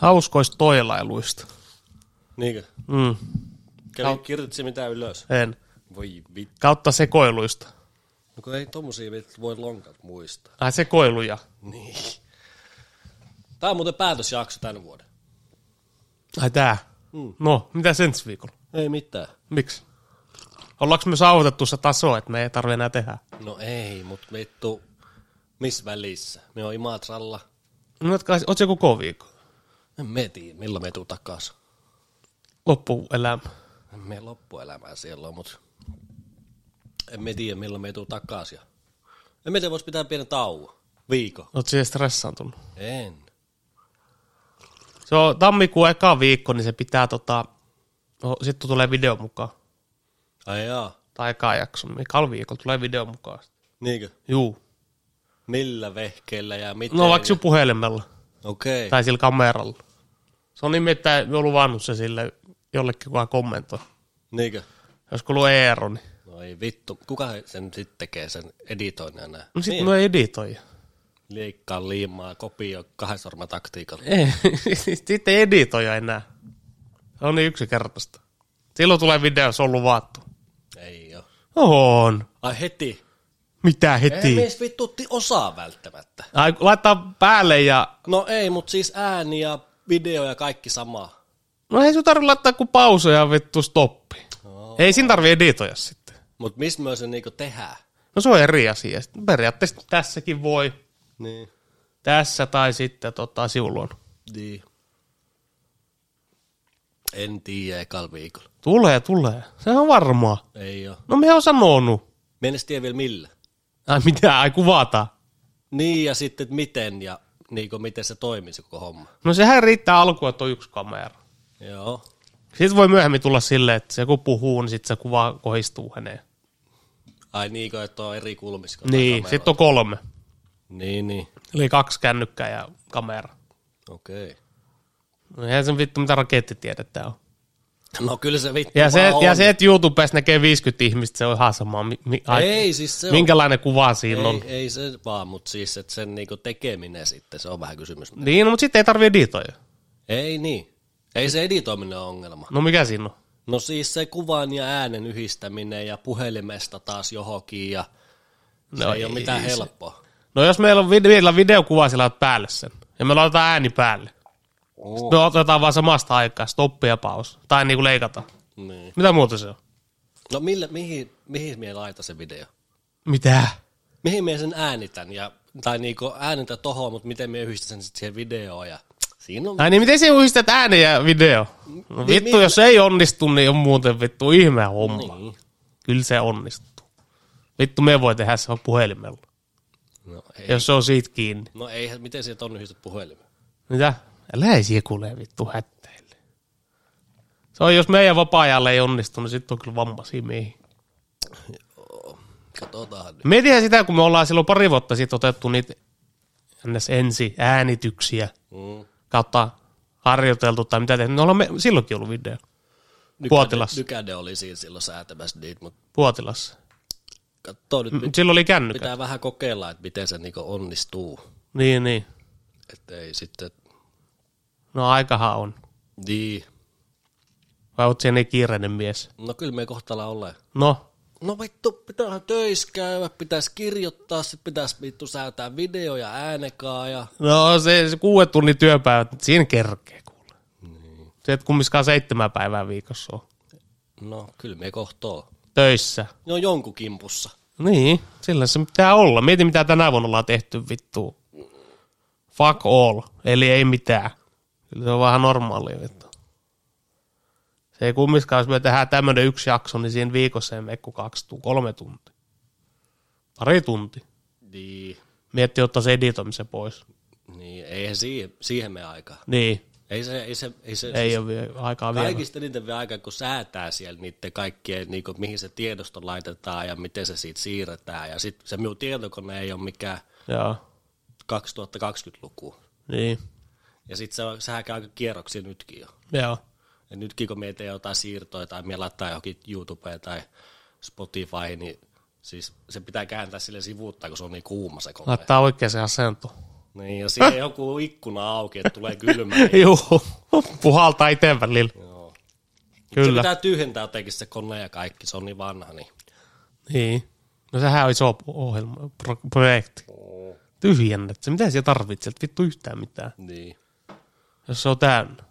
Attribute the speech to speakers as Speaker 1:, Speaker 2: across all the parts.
Speaker 1: hauskoista toilailuista.
Speaker 2: Niinkö?
Speaker 1: Mm,
Speaker 2: Kävi, kirjoitsi mitään ylös.
Speaker 1: en.
Speaker 2: Voi vittu.
Speaker 1: Kautta sekoiluista.
Speaker 2: No kun ei tommosia vittu voi lonkat muistaa.
Speaker 1: Ai Äh, sekoiluja.
Speaker 2: Niin. Tää on muuten päätösjakso tän vuoden.
Speaker 1: Ai tää. Mm. No, mitä sen ensi viikolla?
Speaker 2: Ei mitään.
Speaker 1: Miksi? Ollaanko me saavutettu se taso, että me ei tarvitse enää tehdä?
Speaker 2: No ei, mut vittu, missä välissä? Me on Imatralla.
Speaker 1: No, jotka, oot se koko viikko?
Speaker 2: En me tiedä, milloin me tuu takas.
Speaker 1: Loppuelämä.
Speaker 2: En me loppuelämää siellä on, mut en me tiedä, milloin me tuu takas. Ja... En me tiedä, vois pitää pienen tauon. Viikon.
Speaker 1: Oot siihen stressaantunut.
Speaker 2: En.
Speaker 1: Se on tammikuun eka viikko, niin se pitää tota... No, sitten tulee video mukaan.
Speaker 2: Ai jaa.
Speaker 1: Tai eka jakso. Mikä viikolla tulee video mukaan.
Speaker 2: Niinkö?
Speaker 1: Juu.
Speaker 2: Millä vehkeillä ja miten?
Speaker 1: No vaikka
Speaker 2: ja-
Speaker 1: sun puhelimella.
Speaker 2: Okei. Okay.
Speaker 1: Niin. Tai sillä kameralla. Se on nimittäin jo luvannut se sille jollekin, kuka kommentoi.
Speaker 2: Niinkö?
Speaker 1: Jos kuuluu Eero, niin...
Speaker 2: No ei vittu, kuka sen sitten tekee sen editoinnin ja näin?
Speaker 1: No sit niin. me editoi.
Speaker 2: Leikkaa, liimaa, kopioi kahden sorman taktiikalla.
Speaker 1: Ei, sitten ei editoja enää. Se on niin yksinkertaista. Silloin tulee video, se on luvattu.
Speaker 2: Ei oo.
Speaker 1: On.
Speaker 2: Ai heti.
Speaker 1: Mitä
Speaker 2: Ei
Speaker 1: heti?
Speaker 2: mies vittu ti- osaa välttämättä.
Speaker 1: Ai, kun laittaa päälle ja...
Speaker 2: No ei, mut siis ääni ja video ja kaikki sama.
Speaker 1: No ei sun tarvitse laittaa kuin pauseja vittu stoppi.
Speaker 2: No.
Speaker 1: Ei siinä tarvitse editoja sitten.
Speaker 2: Mut missä me se niinku tehdään?
Speaker 1: No se on eri asia. Sitten periaatteessa tässäkin voi.
Speaker 2: Niin.
Speaker 1: Tässä tai sitten tota, siuluon.
Speaker 2: Niin. En tiedä ekalla viikolla.
Speaker 1: Tulee, tulee. Se on varmaa.
Speaker 2: Ei oo.
Speaker 1: No me on sanonut.
Speaker 2: Mä en edes tiedä vielä millä.
Speaker 1: Ai mitä, ai kuvata.
Speaker 2: Niin ja sitten, että miten ja niinku miten se toimii se koko homma.
Speaker 1: No sehän riittää alkuun, että on yksi kamera.
Speaker 2: Joo.
Speaker 1: Sitten voi myöhemmin tulla silleen, että se kun puhuu, niin sitten se kuva kohdistuu häneen.
Speaker 2: Ai niinkö, että on eri kulmissa. kun
Speaker 1: Niin,
Speaker 2: kameroilla.
Speaker 1: sitten on kolme.
Speaker 2: Niin, niin.
Speaker 1: Eli kaksi kännykkää ja kamera.
Speaker 2: Okei. Okay.
Speaker 1: No eihän sen vittu mitä rakettitiedettä on.
Speaker 2: No kyllä se vittu
Speaker 1: Ja se,
Speaker 2: vaan
Speaker 1: ja
Speaker 2: on.
Speaker 1: se, että YouTubessa näkee 50 ihmistä, se on ihan sama. Mi, mi,
Speaker 2: Ei, siis se
Speaker 1: minkälainen kuva siinä
Speaker 2: on.
Speaker 1: on.
Speaker 2: Ei, ei se vaan, mutta siis että sen niinku tekeminen sitten, se on vähän kysymys.
Speaker 1: Niin, no, mutta sitten ei tarvi editoida.
Speaker 2: Ei niin. Ei se editoiminen ole ongelma.
Speaker 1: No mikä siinä on?
Speaker 2: No siis se kuvan ja äänen yhdistäminen ja puhelimesta taas johonkin ja se
Speaker 1: No
Speaker 2: ei, ei ole
Speaker 1: ei
Speaker 2: mitään
Speaker 1: se-
Speaker 2: helppoa.
Speaker 1: No jos meillä on, vid- meillä on videokuva, sillä olet päälle sen. Ja me laitetaan ääni päälle.
Speaker 2: Oh.
Speaker 1: Me otetaan vaan samasta aikaa, stoppi ja paus. Tai niinku leikata.
Speaker 2: Niin.
Speaker 1: Mitä muuta se on?
Speaker 2: No millä, mihin, mihin mie laitan se video?
Speaker 1: Mitä?
Speaker 2: Mihin mie sen äänitän? Ja, tai niinku äänitä tohon, mutta miten mie yhdistän sen sitten siihen videoon ja siinä on...
Speaker 1: Ai niin, miten se yhdistät äänen ja video? No
Speaker 2: Niin,
Speaker 1: vittu,
Speaker 2: mi-
Speaker 1: jos ei onnistu, niin on muuten vittu ihme homma.
Speaker 2: Niin.
Speaker 1: Kyllä se onnistuu. Vittu, me voi tehdä se vaan puhelimella,
Speaker 2: No ei.
Speaker 1: jos se on siitä kiinni.
Speaker 2: No eihän, miten sieltä on yhdistetty puhelimen?
Speaker 1: Mitä? Älä ei siihen kuulee vittu hättäille. Se on, jos meidän vapaa-ajalle ei onnistu, niin sitten on kyllä vamma mihin.
Speaker 2: Katsotaan nyt.
Speaker 1: Mietihän sitä, kun me ollaan silloin pari vuotta sitten otettu niitä ns. ensi äänityksiä
Speaker 2: Mm.
Speaker 1: kautta harjoiteltu tai mitä tehnyt. No ollaan me silloinkin ollut video. Puotilassa.
Speaker 2: Nykäde oli siinä silloin säätämässä niitä, mutta
Speaker 1: Puotilassa.
Speaker 2: katsoo nyt,
Speaker 1: Mut
Speaker 2: mit,
Speaker 1: Silloin oli kännykät.
Speaker 2: pitää vähän kokeilla, että miten se niinku onnistuu.
Speaker 1: Niin, niin.
Speaker 2: Että ei sitten,
Speaker 1: No aikahan on.
Speaker 2: niin.
Speaker 1: Vai oot siellä niin kiireinen mies?
Speaker 2: No kyllä me kohtala ole.
Speaker 1: No,
Speaker 2: No vittu, pitäähän töissä käydä, pitäisi kirjoittaa, sit pitäisi vittu säätää video ja äänekaa ja...
Speaker 1: no se, se kuuden tunnin työpäivä, siinä kerkee kuule. Niin. Se et kumminkaan seitsemän päivää viikossa on.
Speaker 2: No kyllä me kohtoo.
Speaker 1: Töissä.
Speaker 2: No jonkun kimpussa.
Speaker 1: Niin, sillä se pitää olla. Mieti mitä tänä vuonna ollaan tehty vittu. Fuck all, eli ei mitään. Kyllä se on vähän normaali vittu. Se ei kumminkaan, jos me tehdään tämmönen yksi jakso, niin siinä viikossa ei mene kuin kaksi, tu- kolme tuntia. Pari tuntia.
Speaker 2: Niin,
Speaker 1: Mietti ottaa se editoimisen pois.
Speaker 2: niin eihän siihen, siihen me aikaa.
Speaker 1: Niin,
Speaker 2: Ei se, ei se, ei se, siis
Speaker 1: ei ole vielä aikaa vielä.
Speaker 2: Kaikista niitä vielä aikaa, kun säätää siellä niiden kaikkien, niin kuin, mihin se tiedosto laitetaan ja miten se siitä siirretään. Ja sitten se minun tietokone ei ole mikään
Speaker 1: Joo,
Speaker 2: 2020-luku.
Speaker 1: niin,
Speaker 2: Ja sitten se on, sehän käy aika kierroksia nytkin jo.
Speaker 1: joo.
Speaker 2: Ja nytkin kun me teemme jotain siirtoja tai me laittaa johonkin YouTubeen tai Spotifyhin, niin siis se pitää kääntää sille sivuuttaa, kun se on niin kuuma se kone.
Speaker 1: Laittaa oikeaan asentoon.
Speaker 2: Niin, ja siihen joku ikkuna auki, että tulee kylmä.
Speaker 1: Juu, puhaltaa itse välillä.
Speaker 2: Joo. Se
Speaker 1: Kyllä.
Speaker 2: pitää tyhjentää jotenkin se kone ja kaikki, se on niin vanha. Niin.
Speaker 1: Niin. No sehän on iso ohjelma, pro, projekti. Tyhjennät se. Mitä siellä tarvitset? Vittu yhtään mitään.
Speaker 2: Niin.
Speaker 1: Jos se on täynnä.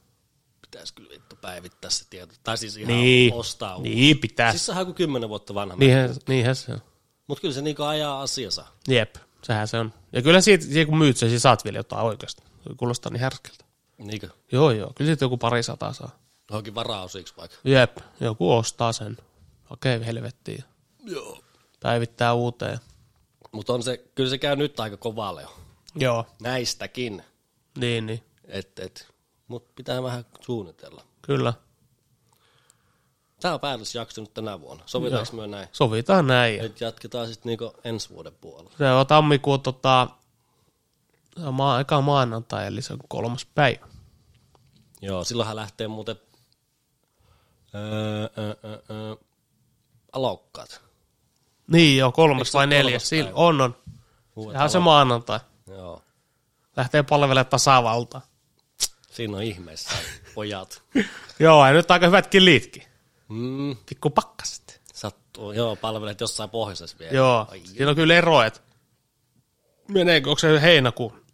Speaker 2: Pitäisi kyllä vittu päivittää se tieto. Tai siis ihan
Speaker 1: Niin.
Speaker 2: ostaa uusi.
Speaker 1: Niin pitää.
Speaker 2: Siis sehän on kuin kymmenen vuotta vanha. Niin.
Speaker 1: Niinhän, niinhän se on.
Speaker 2: Mutta kyllä se niinku ajaa asiansa.
Speaker 1: Jep, sehän se on. Ja kyllä siitä, siitä kun myyt sen, siis saat vielä jotain oikeasti. Toi Kuulostaa niin härskältä.
Speaker 2: Niinkö?
Speaker 1: Joo, joo. Kyllä siitä joku pari sataa saa.
Speaker 2: Johonkin varaosiksi vaikka.
Speaker 1: Jep, joku ostaa sen. Okei, helvettiin.
Speaker 2: Joo.
Speaker 1: Päivittää uuteen.
Speaker 2: Mutta on se, kyllä se käy nyt aika kovalle jo.
Speaker 1: Joo.
Speaker 2: Näistäkin.
Speaker 1: Niin, niin.
Speaker 2: Et, et. Mut pitää vähän suunnitella.
Speaker 1: Kyllä.
Speaker 2: Tää on päätösjakso nyt tänä vuonna. Sovitaanko me näin?
Speaker 1: Sovitaan näin.
Speaker 2: Nyt jatketaan sitten niinku ensi vuoden puolella.
Speaker 1: Se on tammikuun tota, ma- eka maanantai, eli se on kolmas päivä.
Speaker 2: Joo, silloinhan lähtee muuten öö, öö, öö, öö, alokkaat.
Speaker 1: Niin joo,
Speaker 2: Eikö
Speaker 1: kolmas
Speaker 2: se
Speaker 1: vai
Speaker 2: ole kolmas
Speaker 1: neljäs. Sillä,
Speaker 2: päivä?
Speaker 1: on, on.
Speaker 2: Uudet
Speaker 1: Sehän on se maanantai.
Speaker 2: Joo,
Speaker 1: Lähtee palvelemaan tasavaltaa.
Speaker 2: siinä on ihmeessä pojat.
Speaker 1: joo, ja nyt aika hyvät liitkin.
Speaker 2: Mm,
Speaker 1: Pikku pakkaset.
Speaker 2: sattuu. Joo, palvelet jossain pohjoisessa vielä.
Speaker 1: Joo,
Speaker 2: Ai,
Speaker 1: siinä on kyllä ero, että meneekö, onko se heinäkuun?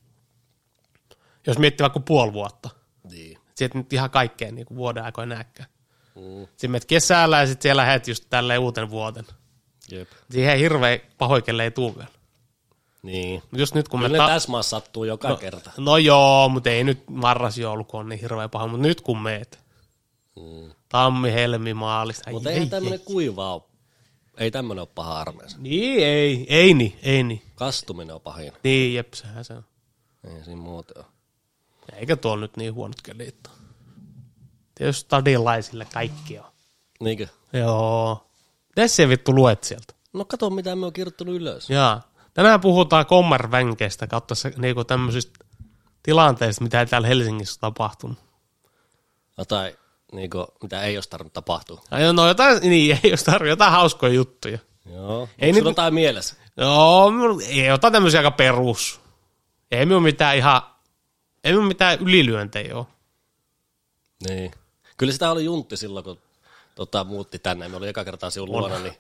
Speaker 1: Jos miettii vaikka puoli vuotta.
Speaker 2: niin.
Speaker 1: Sieltä nyt ihan kaikkeen niin vuoden aikoja näkään.
Speaker 2: Mm,
Speaker 1: Sitten menet kesällä ja sitten siellä lähet just tälleen uuten vuoten.
Speaker 2: jep.
Speaker 1: Siihen hirveä pahoikelle ei tule vielä.
Speaker 2: Niin.
Speaker 1: Mut just nyt kun
Speaker 2: Kyllä ne
Speaker 1: me ta-
Speaker 2: tässä maassa sattuu joka no. kerta.
Speaker 1: No joo, mutta ei nyt marrasjoulu, kun on niin hirveän paha, mutta nyt kun meet.
Speaker 2: Mm.
Speaker 1: Tammi, helmi, maalis. Ai,
Speaker 2: Mutta eihän tämmöinen kuivaa oo- Ei tämmöinen ole paha armeensa.
Speaker 1: Niin, ei, ei niin, ei niin.
Speaker 2: Kastuminen on pahin.
Speaker 1: Niin, jep, sehän se on.
Speaker 2: Ei siinä muuten ole.
Speaker 1: Eikä tuo nyt niin huonot kelit ole. Tietysti stadilaisille kaikki on.
Speaker 2: Niinkö?
Speaker 1: Joo. Mitäs se vittu luet sieltä?
Speaker 2: No kato, mitä me on kirjoittanut ylös.
Speaker 1: Jaa. Tänään puhutaan kommarvänkeistä kautta se, niinku tämmöisistä tilanteista, mitä täällä Helsingissä on tapahtunut.
Speaker 2: No, tai niinku, mitä ei olisi tarvinnut tapahtua.
Speaker 1: Ai, no jotain, niin, ei jos tarvitse jotain hauskoja juttuja.
Speaker 2: Joo.
Speaker 1: Ei
Speaker 2: Ei
Speaker 1: nyt-
Speaker 2: nyt... jotain mielessä.
Speaker 1: Joo, mul- ei ota tämmöisiä aika perus. Ei minun mitään ihan, ei minun mitään ylilyöntejä ole.
Speaker 2: Niin. Kyllä sitä oli juntti silloin, kun tota, muutti tänne. Me oli eka kertaa sinun luona, niin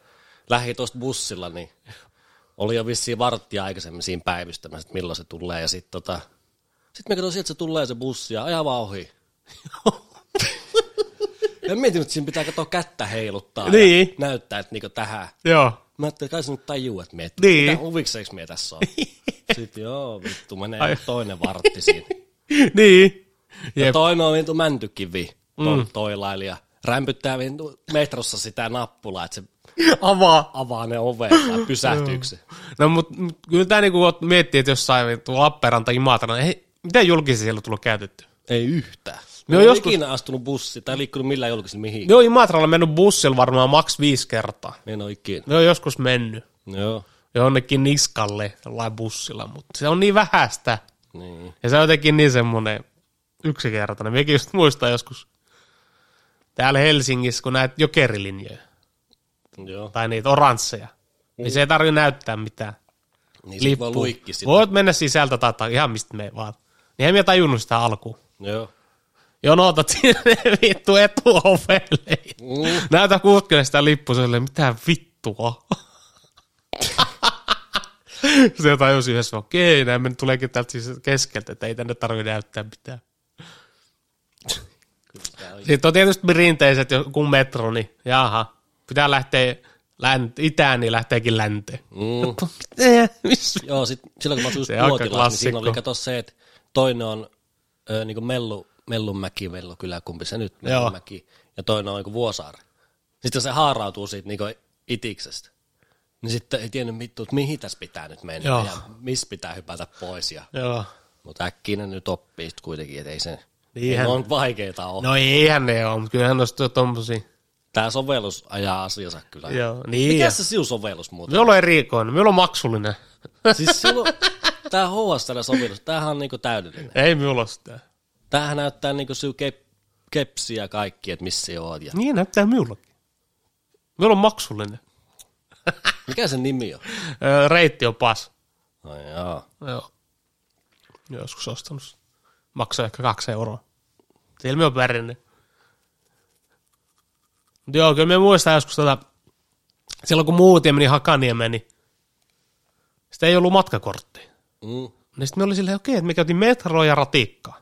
Speaker 2: lähi tuosta bussilla, niin oli jo vissiin varttia aikaisemmin siinä päivystämässä, että milloin se tulee. Ja sitten tota, sit me katsoin sieltä, se tulee se bussi ja ajaa vaan ohi. ja mietin, että siinä pitää katsoa kättä heiluttaa
Speaker 1: Niin.
Speaker 2: ja näyttää, että niinku tähän.
Speaker 1: Joo.
Speaker 2: Mä ajattelin, että kai sä nyt tajuu, että mie,
Speaker 1: Niin.
Speaker 2: niin. mitä huvikseeks mie tässä on. Sitten joo, vittu, menee toinen vartti siinä.
Speaker 1: niin.
Speaker 2: Ja
Speaker 1: Jep.
Speaker 2: toinen on vittu mäntykivi, to, mm. toilailija. Rämpyttää vittu metrossa sitä nappulaa, että se
Speaker 1: Avaa.
Speaker 2: avaa ne ovet tai pysähtyykö se.
Speaker 1: No mutta mut, kyllä tämä niinku oot- miettii, että jossain vittu Lappeenranta, Imatrana, ei, mitä julkisia siellä on tullut käytetty?
Speaker 2: Ei yhtään.
Speaker 1: Ne
Speaker 2: Ne
Speaker 1: on
Speaker 2: on
Speaker 1: No joskus-
Speaker 2: ikinä astunut bussi tai liikkunut millään julkisilla mihin.
Speaker 1: Ne on Imatralla mennyt bussilla varmaan maks viisi kertaa.
Speaker 2: Ne en ole ikinä.
Speaker 1: Ne on joskus mennyt
Speaker 2: Joo,
Speaker 1: jonnekin niskalle jollain bussilla, mutta se on niin vähäistä.
Speaker 2: niin.
Speaker 1: Ja se on jotenkin niin semmoinen yksinkertainen. Minäkin just muistan joskus täällä Helsingissä, kun näet jokerilinjoja
Speaker 2: Joo.
Speaker 1: tai niitä oransseja, niin se ei tarvitse näyttää mitään.
Speaker 2: Niin sit voi
Speaker 1: Lippu.
Speaker 2: luikki sitä.
Speaker 1: Voit mennä sisältä tai, tai ihan mistä me vaan. Niin en minä tajunnut sitä alkuun.
Speaker 2: Joo.
Speaker 1: Jonotat sinne no, vittu etuovelle.
Speaker 2: Mm.
Speaker 1: Näytä kuutkele sitä lippuselle, mitä vittua. se tajusi yhdessä, okei, näin me nyt tuleekin täältä siis keskeltä, että ei tänne tarvitse näyttää mitään.
Speaker 2: Tää on-
Speaker 1: Sitten on tietysti perinteiset, kun metro, niin jaha, pitää lähteä länt, itään, niin lähteekin länteen.
Speaker 2: Mm.
Speaker 1: Eh, missä?
Speaker 2: Joo, sit, silloin kun mä asuin
Speaker 1: Se on kyllä
Speaker 2: Puotilassa, niin siinä
Speaker 1: klassikko.
Speaker 2: oli kato se, että toinen on ö, niin kuin Mellu, Mellunmäki, Mellu kyllä, kumpi se nyt, Mellunmäki, ja toinen on niin kuin Vuosaari. Sitten se haarautuu siitä niin kuin itiksestä. Niin sitten ei tiennyt mittu, että mihin tässä pitää nyt mennä
Speaker 1: Joo.
Speaker 2: Joo. ja missä pitää hypätä pois. Ja,
Speaker 1: Joo.
Speaker 2: mutta äkkiä ne nyt oppii sitten kuitenkin, että ei se,
Speaker 1: Niinhän-
Speaker 2: ei on vaikeita ole. No.
Speaker 1: No eihän ne ole, mutta kyllähän noista tommosia.
Speaker 2: Tämä sovellus ajaa asiansa kyllä.
Speaker 1: Joo, niin.
Speaker 2: Mikä
Speaker 1: Mikä
Speaker 2: se sinun sovellus muuten?
Speaker 1: Me ollaan erikoinen, me ollaan maksullinen.
Speaker 2: siis silloin, tämä HSL-sovellus, tämähän on niinku täydellinen.
Speaker 1: ei me olla sitä.
Speaker 2: Tämähän näyttää niinku syy kep, kepsiä ja kaikki, että missä oot. Ja...
Speaker 1: Niin näyttää minullakin. Me ollaan maksullinen.
Speaker 2: Mikä sen nimi on?
Speaker 1: Öö, reitti on pas.
Speaker 2: No joo.
Speaker 1: Joo. Joskus ostanut. sen. Maksoi ehkä kaksi euroa. Siellä me on pärjännyt. Mutta joo, kyllä me muistan joskus tätä, silloin kun muutin meni Hakaniemeen, niin sitä ei ollut matkakorttia.
Speaker 2: Mm.
Speaker 1: Niin sitten me oli silleen, okei, että me käytiin metroa ja ratikkaa.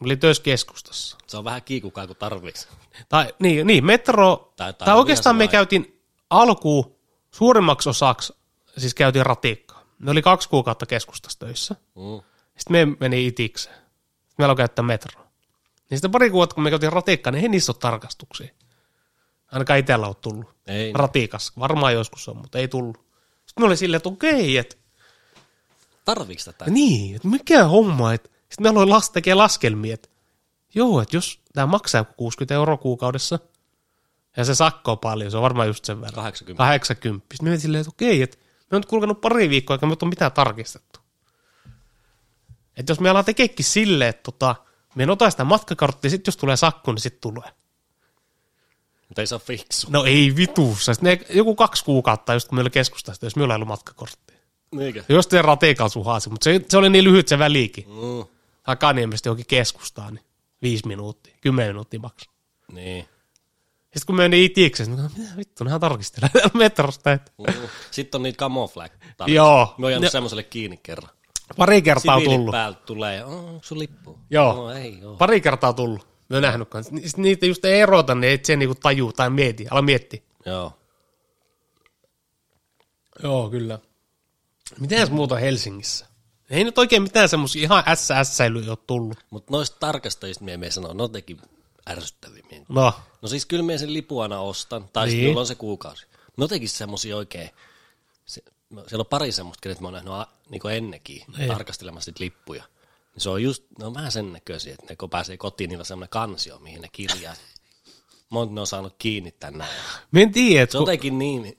Speaker 1: Me oli töissä keskustassa.
Speaker 2: Se on vähän kiikukaa, kun tarvitsee.
Speaker 1: Tai niin, niin metro,
Speaker 2: Tai-
Speaker 1: tai,
Speaker 2: tai
Speaker 1: tai oikeastaan me
Speaker 2: ihan
Speaker 1: käytiin alkuun suurimmaksi osaksi, siis käytiin ratikkaa. Ne oli kaksi kuukautta keskustassa töissä.
Speaker 2: Mm.
Speaker 1: Sitten me meni itikseen. Sitten me aloin käyttää metroa. Niin sitten pari kuukautta, kun me käytiin ratikkaa, niin ei niissä ole tarkastuksia. Ainakaan itsellä ole tullut.
Speaker 2: Ei.
Speaker 1: Ratikas. Varmaan joskus on, mutta ei tullut. Sitten me oli silleen, että okei, että
Speaker 2: Tarviiko tätä?
Speaker 1: ja Niin, että mikä homma, että sitten me aloin las, tekee laskelmia, että joo, että jos tämä maksaa joku 60 euroa kuukaudessa, ja se sakko on paljon, se on varmaan just sen verran.
Speaker 2: 80.
Speaker 1: 80. Sitten me mietin silleen, että okei, että me on nyt kulkenut pari viikkoa, eikä me ole mitään tarkistettu. Että jos me alan tekeekin silleen, että tota, me en ota sitä matkakorttia, sitten jos tulee sakko, niin sitten tulee.
Speaker 2: Mutta ei se ole fiksu.
Speaker 1: No ei vituussa. Sitten ne, joku kaksi kuukautta, just kun meillä oli keskustaista, jos meillä ei ollut matkakorttia.
Speaker 2: Niinkö?
Speaker 1: Jos se rateikalla suhaasi, mutta se, se, oli niin lyhyt se välikin.
Speaker 2: Mm.
Speaker 1: Hakaniemestä johonkin keskustaan, niin viisi minuuttia, kymmenen minuuttia maksaa.
Speaker 2: Niin.
Speaker 1: Sitten kun meni itikseen, niin mä sanoin, mitä vittu, nehän tarkistelee täällä metrosta. Että.
Speaker 2: Mm. Sitten on niitä camouflage.
Speaker 1: Joo.
Speaker 2: Me oon
Speaker 1: Ne-
Speaker 2: no. semmoiselle kiinni kerran.
Speaker 1: Pari kertaa on
Speaker 2: Siviilit
Speaker 1: tullut.
Speaker 2: päältä tulee, oh, onko sun lippu?
Speaker 1: Joo.
Speaker 2: No, ei joo.
Speaker 1: Pari kertaa on tullut. Me oon nähnyt kanssa. Ni- sit niitä just ei erota, niin et se niinku tajuu tai mieti. Ala mietti.
Speaker 2: joo.
Speaker 1: Joo, kyllä. Mitäs muuta Helsingissä? Ei nyt oikein mitään semmoisia ihan ässäilyjä ole tullut.
Speaker 2: Mutta noista tarkastajista me ei sanoa, ne on teki ärsyttävimmin.
Speaker 1: No,
Speaker 2: No siis kyllä me sen lipun aina ostan, tai niin. sitten
Speaker 1: Niin.
Speaker 2: mulla on se kuukausi. No jotenkin semmosia oikein, se, no, siellä on pari semmoista, kenet mä oon nähnyt a, niin kuin ennenkin niin. tarkastelemassa niitä lippuja. Niin Se on just, ne on vähän sen näköisiä, että ne kun pääsee kotiin, niillä on semmoinen kansio, mihin ne kirjaa. Monta ne on saanut kiinni tänään.
Speaker 1: me en tiedä, että
Speaker 2: Se on jotenkin niin,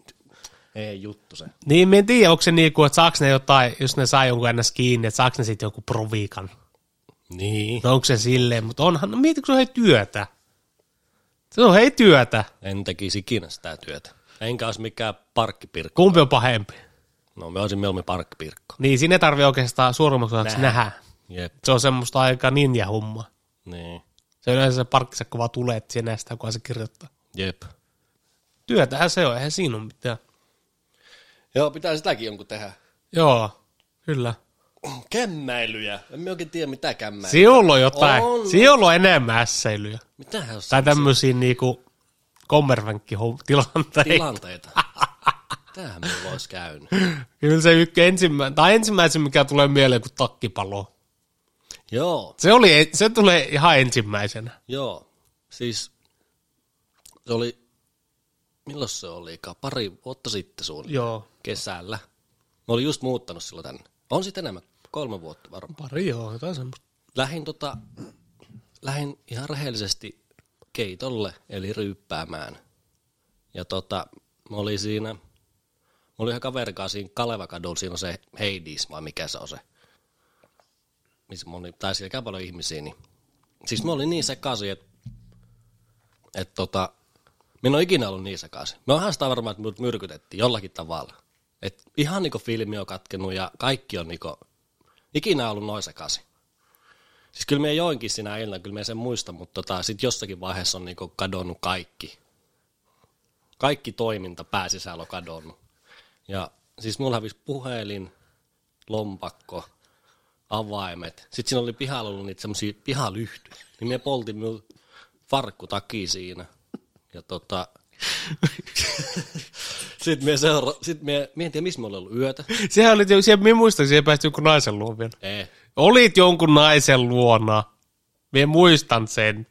Speaker 2: ei juttu se.
Speaker 1: Niin, mä en tiedä, onko se niinku, että saaks ne jotain, jos ne saa jonkun ns. kiinni, että saaks ne sitten jonkun proviikan.
Speaker 2: Niin.
Speaker 1: No onko se silleen, mutta onhan, no mietitkö se on hei työtä? Se on hei työtä.
Speaker 2: En tekisi ikinä sitä työtä. Enkä olisi mikään parkkipirkko.
Speaker 1: Kumpi on pahempi?
Speaker 2: No me olisin mieluummin parkkipirkko.
Speaker 1: Niin, sinne tarvii oikeastaan suurimmaksi osaksi nähdä.
Speaker 2: Jep.
Speaker 1: Se on semmoista aika ninja-homma.
Speaker 2: Niin.
Speaker 1: Se on yleensä se parkkisakko vaan tulee, että sinä sitä, kun se kirjoittaa.
Speaker 2: Jep.
Speaker 1: Työtähän se on, eihän siinä ole mitään.
Speaker 2: Joo, pitää sitäkin jonkun tehdä.
Speaker 1: Joo, kyllä.
Speaker 2: Kämmäilyjä. En mä oikein tiedä mitä kämmäilyä. Si-
Speaker 1: Sinulla on jotain,
Speaker 2: On.
Speaker 1: sinulla on enemmän ässäilyjä.
Speaker 2: Mitähän on
Speaker 1: Tai tämmöisiä niinku kommervenkki-tilanteita.
Speaker 2: tilanteita? Tämähän mulla olisi käynyt.
Speaker 1: Kyllä se ykkö ensimmäinen, tai ensimmäisen, mikä tulee mieleen, kun takkipalo.
Speaker 2: Joo,
Speaker 1: Se, oli, e- se tulee ihan ensimmäisenä.
Speaker 2: joo. Siis se oli, milloin se olikaan? Pari vuotta sitten suunnilleen.
Speaker 1: Joo.
Speaker 2: Kesällä. Mä olin just muuttanut silloin tänne. On sitten enemmän, kolme vuotta varmaan.
Speaker 1: Pari joo, jotain semmoista.
Speaker 2: lähin, tota, lähin ihan rehellisesti keitolle, eli ryyppäämään. Ja tota, mä olin siinä, mä olin ihan kaverkaa siinä Kalevakadulla, siinä on se Hades, vai mikä se on se, missä moni, tai siellä käy paljon ihmisiä, niin siis mä olin niin sekaisin, että et tota, mä en ole ikinä ollut niin sekaisin. Mä oonhan sitä varmaan, että mut myrkytettiin jollakin tavalla. Et ihan niinku filmi on katkenut ja kaikki on niinku, ikinä ollut noin sekaisin. Siis kyllä me joinkin sinä illan, kyllä me sen muista, mutta tota, sitten jossakin vaiheessa on niinku kadonnut kaikki. Kaikki toiminta pääsisällä on kadonnut. Ja siis mulla hävisi puhelin, lompakko, avaimet. Sitten siinä oli pihalla ollut niitä semmoisia pihalyhtyjä. Niin me poltin minun farkkutaki siinä. Ja tota... sitten me seura... Sitten me... Mie en tiedä, missä me ollaan ollut yötä.
Speaker 1: Sehän oli, siellä, minä muistan, siihen päästi jonkun naisen luo vielä.
Speaker 2: Ei.
Speaker 1: Olit jonkun naisen luona. Minä muistan sen.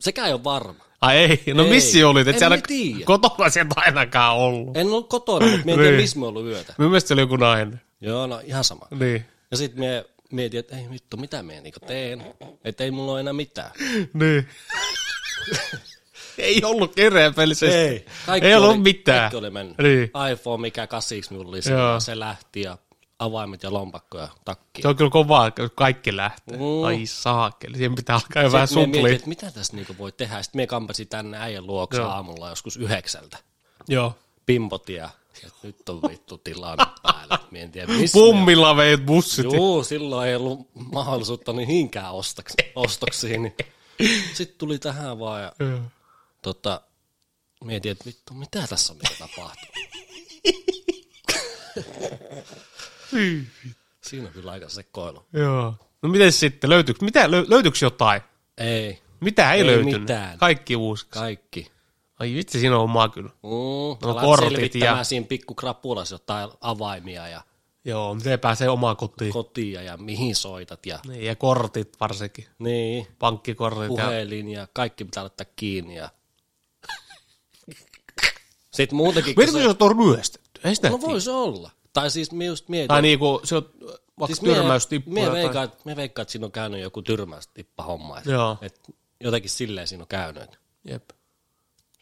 Speaker 2: Sekään ei ole varma.
Speaker 1: Ai ei, no
Speaker 2: Ei.
Speaker 1: missä olit?
Speaker 2: En
Speaker 1: Et siellä
Speaker 2: mä tiedä.
Speaker 1: kotona sieltä ainakaan ollut.
Speaker 2: En ollut kotona, mutta mie en tiedä,
Speaker 1: Niin.
Speaker 2: missä me ollaan ollut yötä.
Speaker 1: Minun mielestä se oli joku nainen.
Speaker 2: Joo, no ihan sama.
Speaker 1: Niin.
Speaker 2: Ja sitten me mietin, että ei vittu, mitä me niinku teen, että ei mulla ole enää mitään.
Speaker 1: niin. ei ollut kireepelisesti.
Speaker 2: Kaikki
Speaker 1: ei ollut
Speaker 2: oli,
Speaker 1: mitään.
Speaker 2: Kaikki oli mennyt.
Speaker 1: Niin.
Speaker 2: iPhone, mikä kasiksi minulla oli,
Speaker 1: Joo.
Speaker 2: siinä, se lähti ja avaimet ja lompakko ja takki.
Speaker 1: Se on kyllä kovaa, kun kaikki lähtee.
Speaker 2: Mm.
Speaker 1: Mm. Ai saakeli, siihen pitää alkaa jo vähän
Speaker 2: Sitten me mietin,
Speaker 1: suplia.
Speaker 2: että mitä tässä niinku voi tehdä. Sitten me kampasin tänne äijän luokse
Speaker 1: Joo.
Speaker 2: aamulla joskus yhdeksältä.
Speaker 1: Joo.
Speaker 2: Pimpotia. Nyt on vittu tilanne päällä. Mie en tiedä missä.
Speaker 1: Pummilla veit bussit.
Speaker 2: Juu, silloin ei ollut mahdollisuutta niin hinkään ostaks- ostoksiin. Niin. Sitten tuli tähän vaan ja
Speaker 1: Joo.
Speaker 2: tota, mietin, että vittu, mitä tässä on mitä tapahtuu.
Speaker 1: Niin.
Speaker 2: Siinä on kyllä aika sekoilu.
Speaker 1: Joo. No miten sitten, löytyykö, mitä, lö- löytyykö jotain?
Speaker 2: Ei,
Speaker 1: Mitä ei,
Speaker 2: Ei
Speaker 1: löytynyt?
Speaker 2: mitään.
Speaker 1: Kaikki uusiksi.
Speaker 2: kaikki.
Speaker 1: Ai vitsi, siinä on omaa kyllä.
Speaker 2: Mm,
Speaker 1: No
Speaker 2: alat
Speaker 1: kortit
Speaker 2: selvittämään
Speaker 1: ja-
Speaker 2: siinä pikku krapulas jotain avaimia ja
Speaker 1: Joo, miten pääsee omaan kotiin. Ko-
Speaker 2: kotia ja mihin soitat ja
Speaker 1: niin, ja kortit varsinkin.
Speaker 2: niin,
Speaker 1: Pankkikortit ja
Speaker 2: puhelin ja kaikki pitää laittaa kiinni ja sitten muutenkin
Speaker 1: Mietin, kun se on ryöstetty. Ei sitä
Speaker 2: No
Speaker 1: tiedä.
Speaker 2: voi se olla. Tai siis me just mietin.
Speaker 1: Tai niinku, se on vaikka siis tyrmäystippu.
Speaker 2: Me
Speaker 1: jotain.
Speaker 2: veikkaan, et- mie veikkaan, että siinä on käynyt joku tyrmäystippa homma. Et,
Speaker 1: Joo.
Speaker 2: Et jotenkin silleen siinä on käynyt. Et
Speaker 1: Jep.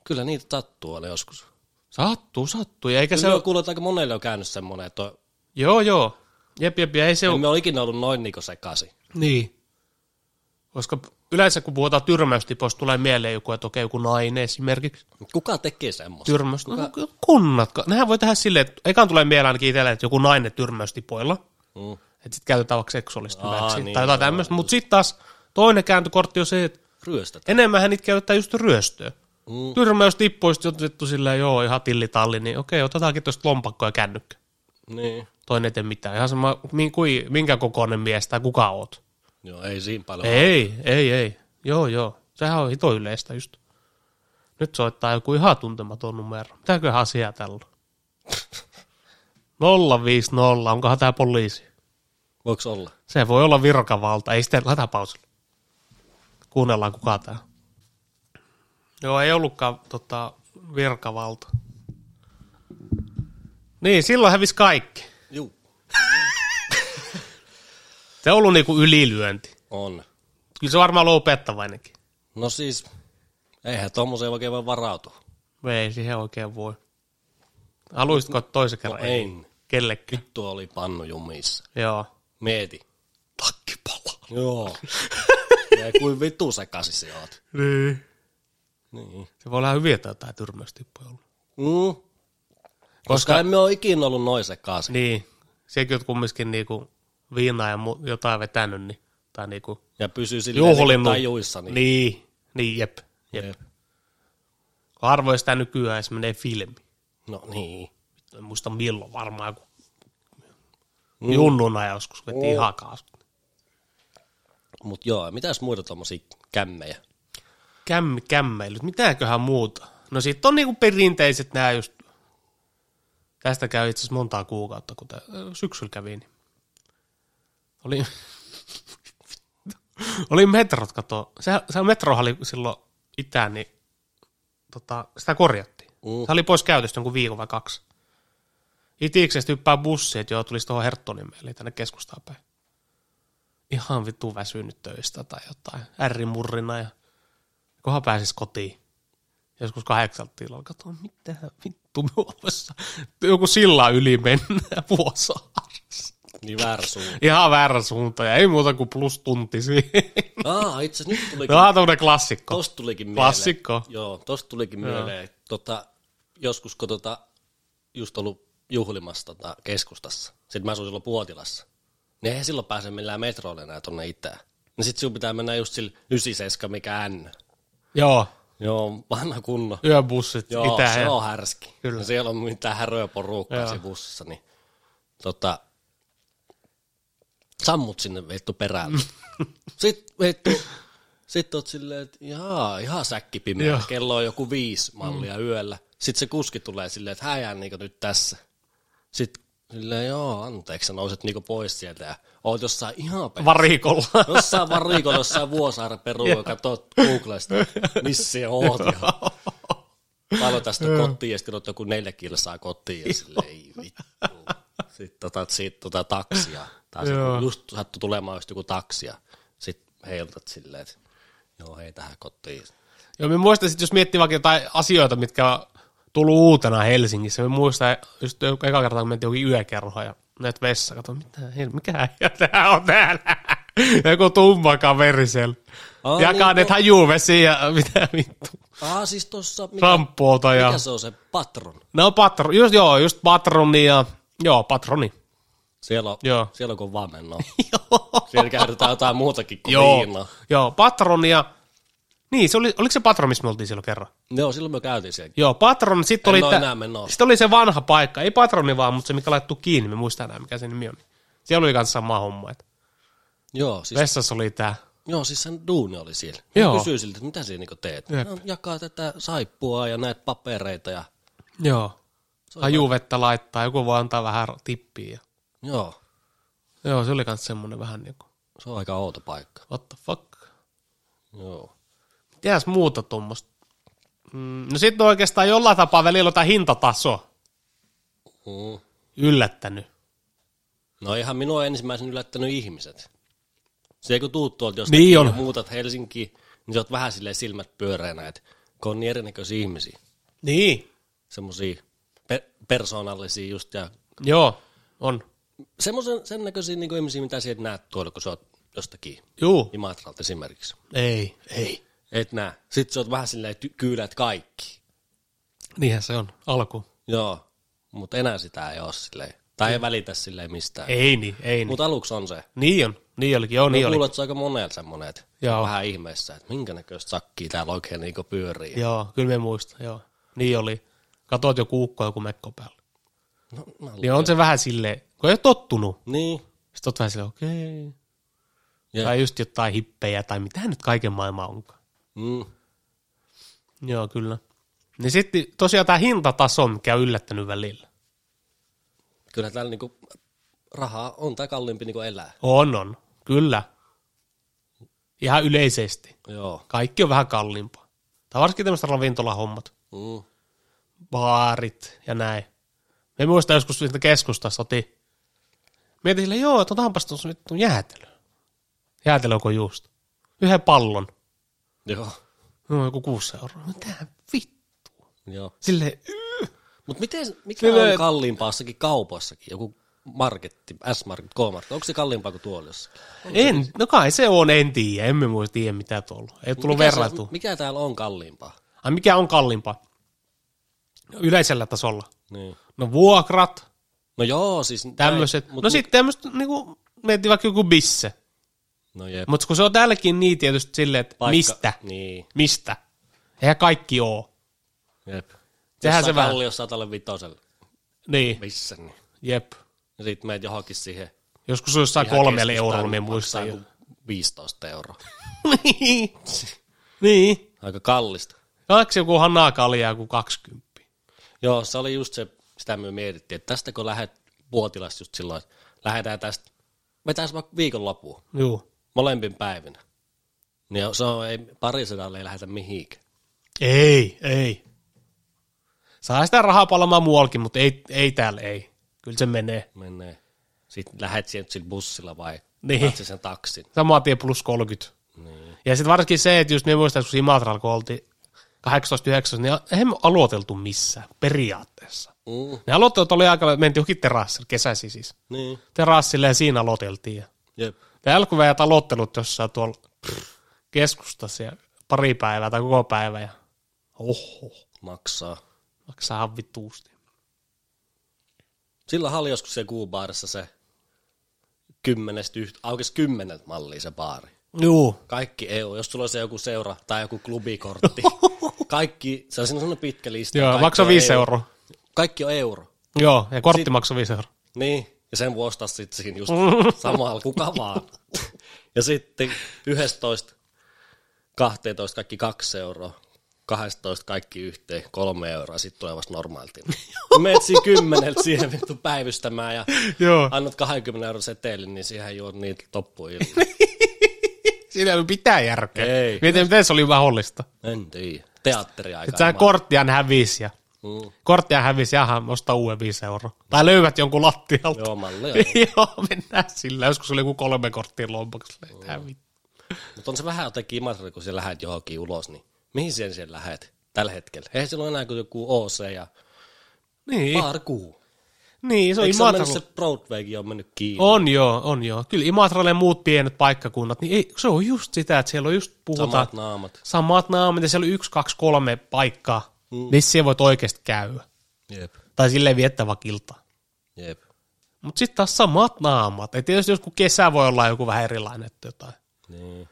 Speaker 2: Kyllä niitä tattuu aina joskus.
Speaker 1: Sattuu, sattuu. Ja eikä
Speaker 2: Ja
Speaker 1: se
Speaker 2: se on
Speaker 1: ole...
Speaker 2: kuullut, että aika monelle on käynyt semmoinen, että on-
Speaker 1: Joo, joo. Jep, jep, ja ei se ole...
Speaker 2: emme ole ikinä ollut noin niinku sekaisin.
Speaker 1: Niin. Koska yleensä kun puhutaan tyrmäystiposta, tulee mieleen joku, että okei, joku nainen esimerkiksi.
Speaker 2: Mut Kuka tekee semmoista?
Speaker 1: Tyrmäys, no, kunnat. Nehän voi tehdä silleen, että ekaan tulee mieleen ainakin itselle, että joku nainen tyrmäystipoilla.
Speaker 2: Mm.
Speaker 1: Että sitten käytetään vaikka seksuaalista
Speaker 2: Aa,
Speaker 1: hyväksi
Speaker 2: niin,
Speaker 1: tai jotain tämmöistä. Mutta sitten taas toinen kääntökortti on se, että
Speaker 2: Ryöstät.
Speaker 1: enemmän niitä käytetään just ryöstöä.
Speaker 2: Mm.
Speaker 1: Mm. Tyrmäystippoista on otettu silleen, joo, ihan tillitalli, niin okei, otetaankin tuosta lompakko ja kännykkä.
Speaker 2: Niin.
Speaker 1: Toinen ei tee mitään. Ihan sama, min- kui- minkä kokoinen mies tai kuka oot.
Speaker 2: Joo, ei siinä paljon.
Speaker 1: Ei, ei, ei. Joo, joo. Sehän on hito yleistä just. Nyt soittaa joku ihan tuntematon numero. Mitäköhän asiaa tällä on? 050, onkohan tämä poliisi?
Speaker 2: Voiko olla?
Speaker 1: Se voi olla virkavalta, ei sitten laita pausille. Kuunnellaan kuka tämä. Joo, ei ollutkaan tota, virkavalta. Niin, silloin hävisi kaikki.
Speaker 2: Juu.
Speaker 1: Se on ollut niinku ylilyönti.
Speaker 2: On.
Speaker 1: Kyllä se varmaan ollut opettavainenkin.
Speaker 2: No siis, eihän tommoseen oikein voi varautua.
Speaker 1: Ei siihen oikein voi. Haluaisitko toisen kerran?
Speaker 2: No en.
Speaker 1: Kellekin.
Speaker 2: Tuo oli pannu jumissa.
Speaker 1: Joo.
Speaker 2: Mieti.
Speaker 1: Takkipala.
Speaker 2: Joo. ja kuin vittu sekaisin se oot.
Speaker 1: Niin.
Speaker 2: Niin.
Speaker 1: Se voi olla hyviä että jotain tyrmäystippuja ollut.
Speaker 2: Mm. Koska,
Speaker 1: Koska-
Speaker 2: Koska emme ole ikinä ollut noin sekaisin.
Speaker 1: Niin. Sekin on kumminkin niinku viinaa ja mu- jotain vetänyt, niin, tai niinku
Speaker 2: Ja pysyy silleen niin
Speaker 1: juhlinnut.
Speaker 2: tajuissa. Niin.
Speaker 1: niin. Niin, jep. jep.
Speaker 2: Jep.
Speaker 1: Harvoin sitä nykyään edes menee filmi.
Speaker 2: No niin.
Speaker 1: En muista milloin varmaan, kun mm. junnuna joskus veti mm. ihan kaas.
Speaker 2: Mut joo, mitäs muita tommosia kämmejä?
Speaker 1: Kämmi, kämmeilyt, mitäköhän muuta. No sit on niinku perinteiset nämä just, tästä käy itse asiassa montaa kuukautta, kun tää- syksyllä kävi, niin oli, oli metrot, kato, se, se metrohan oli silloin itään, niin tota, sitä korjattiin.
Speaker 2: Mm.
Speaker 1: Mm. Se oli pois käytöstä jonkun viikon vai kaksi. Itiksestä hyppää bussi, että joo, tulisi tuohon Herttoniemeen, eli tänne keskustaan päin. Ihan vittu väsynyt töistä tai jotain, ärrimurrina ja kunhan pääsis kotiin. Joskus kahdeksalta illalla katsoin, mitä vittu me ollaan Joku sillä yli mennään Vuosaaressa.
Speaker 2: Niin väärä suunta.
Speaker 1: Ihan väärä suunta ja ei muuta kuin plus tunti siihen.
Speaker 2: Aa, itse asiassa nyt tulikin,
Speaker 1: Tämä on tämmöinen klassikko.
Speaker 2: tosta tulikin mieleen.
Speaker 1: Klassikko.
Speaker 2: Joo, tosta tulikin mieleen. että Tota, joskus kun tota, just ollut juhlimassa tota, keskustassa. Sitten mä asuin silloin Puotilassa. Niin eihän silloin pääse millään metrolle enää tonne itään. Niin sit sun pitää mennä just sillä 97, mikä N.
Speaker 1: Joo,
Speaker 2: Joo, vanha kunno.
Speaker 1: yöbussit.
Speaker 2: Joo,
Speaker 1: Itä-
Speaker 2: se on härski.
Speaker 1: Niin Kyllä.
Speaker 2: Kyllä. Siellä on mitään häröä porukkaa
Speaker 1: Joo.
Speaker 2: siinä bussissa, niin tota, sammut sinne vittu
Speaker 1: Mm.
Speaker 2: perään. Sitten vittu, sit oot silleen, että jaa, ihan säkki pimeä.
Speaker 1: Joo. Mm.
Speaker 2: Kello on joku viisi mallia yöllä. Sitten se kuski tulee silleen, että häjään niinku nyt tässä. Sitten silleen, joo, anteeksi, sä nouset niinku pois sieltä ja oot jossain ihan pe-
Speaker 1: Varikolla.
Speaker 2: Jossain varikolla, jossain Vuosaaren peruilla, ja katsot Googlesta, missä sä oot. Ja paljon tästä on kotiin, ja sitten olet joku neljä kilsaa kotiin, ja silleen, ei vittu. Sitten otat siitä tota taksia, tai se,
Speaker 1: Joo.
Speaker 2: kun just sattu tulemaan just joku taksia, sitten heiltat silleen, että joo, hei tähän kotiin.
Speaker 1: Joo, me muistan sit, jos miettii vaikka jotain asioita, mitkä on tullut uutena Helsingissä. Me muistan just joku- eka kertaa, kun mentiin johonkin yökerhoon ja näet vessa, kato, mitä, hel- mikä äijä tää on täällä? Joku tumma kaveri siellä.
Speaker 2: Aa,
Speaker 1: Jakaa
Speaker 2: niin,
Speaker 1: ne hajuvesiä ja mitä vittu.
Speaker 2: Aa, siis tossa, mikä,
Speaker 1: Rampuota ja...
Speaker 2: mikä se on se patron?
Speaker 1: No patron, just, joo, just patroni ja Joo, patroni.
Speaker 2: Siellä on,
Speaker 1: Joo.
Speaker 2: siellä on kun vamenno. siellä käytetään jotain muutakin kuin
Speaker 1: Joo,
Speaker 2: viinaa.
Speaker 1: joo, patronia. Niin, se oli, oliko se patron, missä me oltiin silloin kerran?
Speaker 2: Joo, silloin me käytiin siellä.
Speaker 1: Joo, patron, sitten
Speaker 2: En
Speaker 1: oli,
Speaker 2: oo
Speaker 1: tä-
Speaker 2: enää menossa.
Speaker 1: sit oli se vanha paikka, ei patroni vaan, mutta se mikä laittu kiinni, me muistan enää mikä sen nimi on. Siellä oli kanssa sama homma, että
Speaker 2: Joo, siis,
Speaker 1: vessassa oli tää.
Speaker 2: joo, siis sen duuni oli siellä. Joo.
Speaker 1: Joo.
Speaker 2: Mä kysyin siltä, että mitä siinä niinku teet?
Speaker 1: Jep.
Speaker 2: No, jakaa tätä saippua ja näitä papereita ja
Speaker 1: Joo. Hajuvettä laittaa, joku voi antaa vähän tippiä. ja-
Speaker 2: joo,
Speaker 1: Joo, se oli kans semmonen vähän niinku,
Speaker 2: se on aika outo paikka.
Speaker 1: what the fuck.
Speaker 2: Joo.
Speaker 1: Mitäs muuta tuommoista? Mm, no sitten oikeastaan jollain tapaa välillä on tää hintataso
Speaker 2: Mm.
Speaker 1: yllättänyt.
Speaker 2: No ihan minua on ensimmäisen yllättänyt ihmiset. Se kun tuut tuolta jostakin
Speaker 1: Niin
Speaker 2: niin
Speaker 1: on.
Speaker 2: ja muutat Helsinkiin, niin sä oot vähän silleen silmät pyöreänä, että kun on niin erinäköisiä ihmisiä,
Speaker 1: Niin.
Speaker 2: semmosia per- persoonallisia just ja
Speaker 1: Joo, on.
Speaker 2: semmoisen sen näköisiä niin ihmisiä, mitä sä et näe tuolla, kun sä oot jostakin
Speaker 1: Juu.
Speaker 2: Imatralta esimerkiksi.
Speaker 1: Ei, ei.
Speaker 2: Et näe. Sitten sä oot vähän silleen ty- kyylät kaikki.
Speaker 1: Niinhän se on, alku.
Speaker 2: Joo, mutta enää sitä ei oo silleen. Tai ei välitä silleen mistään.
Speaker 1: Ei niin, ei niin.
Speaker 2: Mutta aluksi on se.
Speaker 1: Niin on, niin olikin, joo, niin
Speaker 2: Mä
Speaker 1: oli. Oh.
Speaker 2: Luulen, että se on aika monella semmoinen, että
Speaker 1: Joo.
Speaker 2: Joo. vähän ihmeessä, että minkä näköistä sakkia täällä oikein niinku pyörii.
Speaker 1: Joo, kyllä me muista, joo. Niin oli. Katoit joku ukko joku mekko päällä.
Speaker 2: No, mä luulen.
Speaker 1: Niin on se vähän silleen, kun ei ole tottunut.
Speaker 2: Niin.
Speaker 1: Sitten oot vähän silleen, okei. Okay.
Speaker 2: Ja,
Speaker 1: Tai just jotain hippejä tai mitä nyt kaiken maailma onkaan.
Speaker 2: mm,
Speaker 1: Joo, kyllä. Niin sitten tosiaan tämä hintataso, mikä on yllättänyt välillä.
Speaker 2: kyllä täällä niinku rahaa on tai kalliimpi niinku elää.
Speaker 1: On, on. Kyllä. Ihan yleisesti.
Speaker 2: Joo.
Speaker 1: Kaikki on vähän kalliimpaa. Tai varsinkin tämmöiset ravintolahommat.
Speaker 2: Mm.
Speaker 1: baarit ja näin. Me muista joskus siitä keskustassa oti. Mietin sille, joo, että otanpas tuossa vittu jäätelö. Jäätelö onko just? Yhden pallon.
Speaker 2: Joo.
Speaker 1: No, joku kuusi euroa. Mitä vittu?
Speaker 2: Joo.
Speaker 1: Sille,
Speaker 2: Mutta miten, mikä
Speaker 1: Kyllä-
Speaker 2: on kalliimpaa jossakin kaupoissakin? Joku marketti, S-market, K-market, onko se kalliimpaa kuin tuolla jossakin?
Speaker 1: en, no kai se on, en tiedä. Emme muista tiedä, mitä tuolla. on. Ei tullut
Speaker 2: mikä,
Speaker 1: verratu.
Speaker 2: se- mikä täällä on kalliimpaa?
Speaker 1: Ai mikä on kalliimpaa? No, Yleisellä tasolla.
Speaker 2: Niin.
Speaker 1: No vuokrat,
Speaker 2: No joo, siis... näin,
Speaker 1: tämmöiset.
Speaker 2: mut-
Speaker 1: No sitten tämmöiset, niinku, mietin vaikka joku bisse.
Speaker 2: No jep,
Speaker 1: Mutta kun se on täälläkin niin tietysti silleen, että
Speaker 2: paikka-
Speaker 1: mistä?
Speaker 2: Niin,
Speaker 1: Mistä? Eihän kaikki oo.
Speaker 2: jep.
Speaker 1: Sehän
Speaker 2: Sehän
Speaker 1: se
Speaker 2: se
Speaker 1: vähän-
Speaker 2: kalliossa tälle vitoselle.
Speaker 1: Niin,
Speaker 2: Missä niin?
Speaker 1: jep.
Speaker 2: Ja sit meet johonkin siihen.
Speaker 1: Joskus on jossain
Speaker 2: ihan
Speaker 1: kolmella
Speaker 2: keskustaan,
Speaker 1: eurolla, me
Speaker 2: niin maksaa
Speaker 1: muistan. jo.
Speaker 2: joku 15 euroa.
Speaker 1: Niin. niin.
Speaker 2: Aika kallista.
Speaker 1: Oliko se joku hanaa kaljaa kuin 20?
Speaker 2: Joo, se oli just se, sitä me mietittiin, että tästä kun lähet puotilasta just silloin, että lähdetään tästä, vetäis vaikka viikonloppuun,
Speaker 1: Joo.
Speaker 2: molempin päivinä. Niin se on, ei, parisadalle ei lähetä mihinkään.
Speaker 1: Ei, ei. Saa sitä rahaa palamaan muuallakin, mutta ei, ei täällä, ei. Kyllä se menee.
Speaker 2: Menee. Sitten lähet siihen sillä bussilla vai
Speaker 1: Niin.
Speaker 2: niin. sen taksin.
Speaker 1: Samaa tie plus 30.
Speaker 2: Niin.
Speaker 1: Ja sitten varsinkin se, että just me muistan, kun Imatralla kun oltiin 18-19, niin eihän me aloiteltu missään periaatteessa.
Speaker 2: Mm,
Speaker 1: Ne aloitteet oli aika, mentiin johonkin terassille, kesäsi siis.
Speaker 2: niin.
Speaker 1: Terassille ja siinä aloiteltiin. Ja
Speaker 2: Jep.
Speaker 1: Tämä alkuvajat aloittelut jossain tuolla pff, keskustassa ja pari päivää tai koko päivä ja oho,
Speaker 2: Maksaa.
Speaker 1: maksaa vittuusti.
Speaker 2: Sillä oli joskus se kuubaarissa se kymmenestä yht, aukesi kymmeneltä mallia se baari.
Speaker 1: Joo.
Speaker 2: Kaikki EU, jos sulla on se joku seura tai joku klubikortti. kaikki, se on siinä sellainen pitkä lista.
Speaker 1: Joo,
Speaker 2: kaikki
Speaker 1: maksaa
Speaker 2: on
Speaker 1: 5
Speaker 2: EU.
Speaker 1: euroa.
Speaker 2: Kaikki on euro.
Speaker 1: Joo, ja kortti maksaa 5 euroa.
Speaker 2: Niin, ja sen voi ostaa sitten siinä just samalla, kuka vaan. ja sitten 11, 12 kaikki 2 euroa, 12 kaikki yhteen, 3 euroa, sitten tulee vasta normaalti. Meet siinä kymmeneltä siihen vittu päivystämään ja
Speaker 1: Joo.
Speaker 2: annat 20 euron setelin, niin siihen juot niitä loppuun ilman.
Speaker 1: Siinä ei pitää järkeä.
Speaker 2: Ei.
Speaker 1: Mietin, miten se oli mahdollista.
Speaker 2: En tiedä. Teatteriaika.
Speaker 1: Että sä korttia hävisi ja
Speaker 2: Mm.
Speaker 1: korttia hävisi ja aha, osta uuden 5 euroa. Tai löydät jonkun lattialta.
Speaker 2: Joo, malli on.
Speaker 1: Joo, mennään sillä. Joskus oli joku kolme korttia lompaksi. Mm.
Speaker 2: Mutta on se vähän jotenkin imatralla, kun sä lähet johonkin ulos, niin mihin sen siellä lähet tällä hetkellä? Eihän silloin enää kuin joku OC ja
Speaker 1: Niin,
Speaker 2: parkuu.
Speaker 1: niin, se on
Speaker 2: Eikö se, on mennyt,
Speaker 1: Imatralla.
Speaker 2: se Broadwaykin on mennyt kiinni?
Speaker 1: On joo, on joo. Kyllä Imatralle ja muut pienet paikkakunnat, niin ei, se on just sitä, että siellä on just puhutaan
Speaker 2: Samat
Speaker 1: samat,
Speaker 2: naamat.
Speaker 1: samat naamat, ja siellä on yksi, kaksi, kolme paikkaa, mm. missä siellä voit oikeasti käydä.
Speaker 2: Jep.
Speaker 1: Tai silleen viettävä kilta.
Speaker 2: Jep.
Speaker 1: Mutta sitten taas samat naamat. Et tietysti joskus kesä voi olla joku vähän erilainen, että jotain.
Speaker 2: Niin.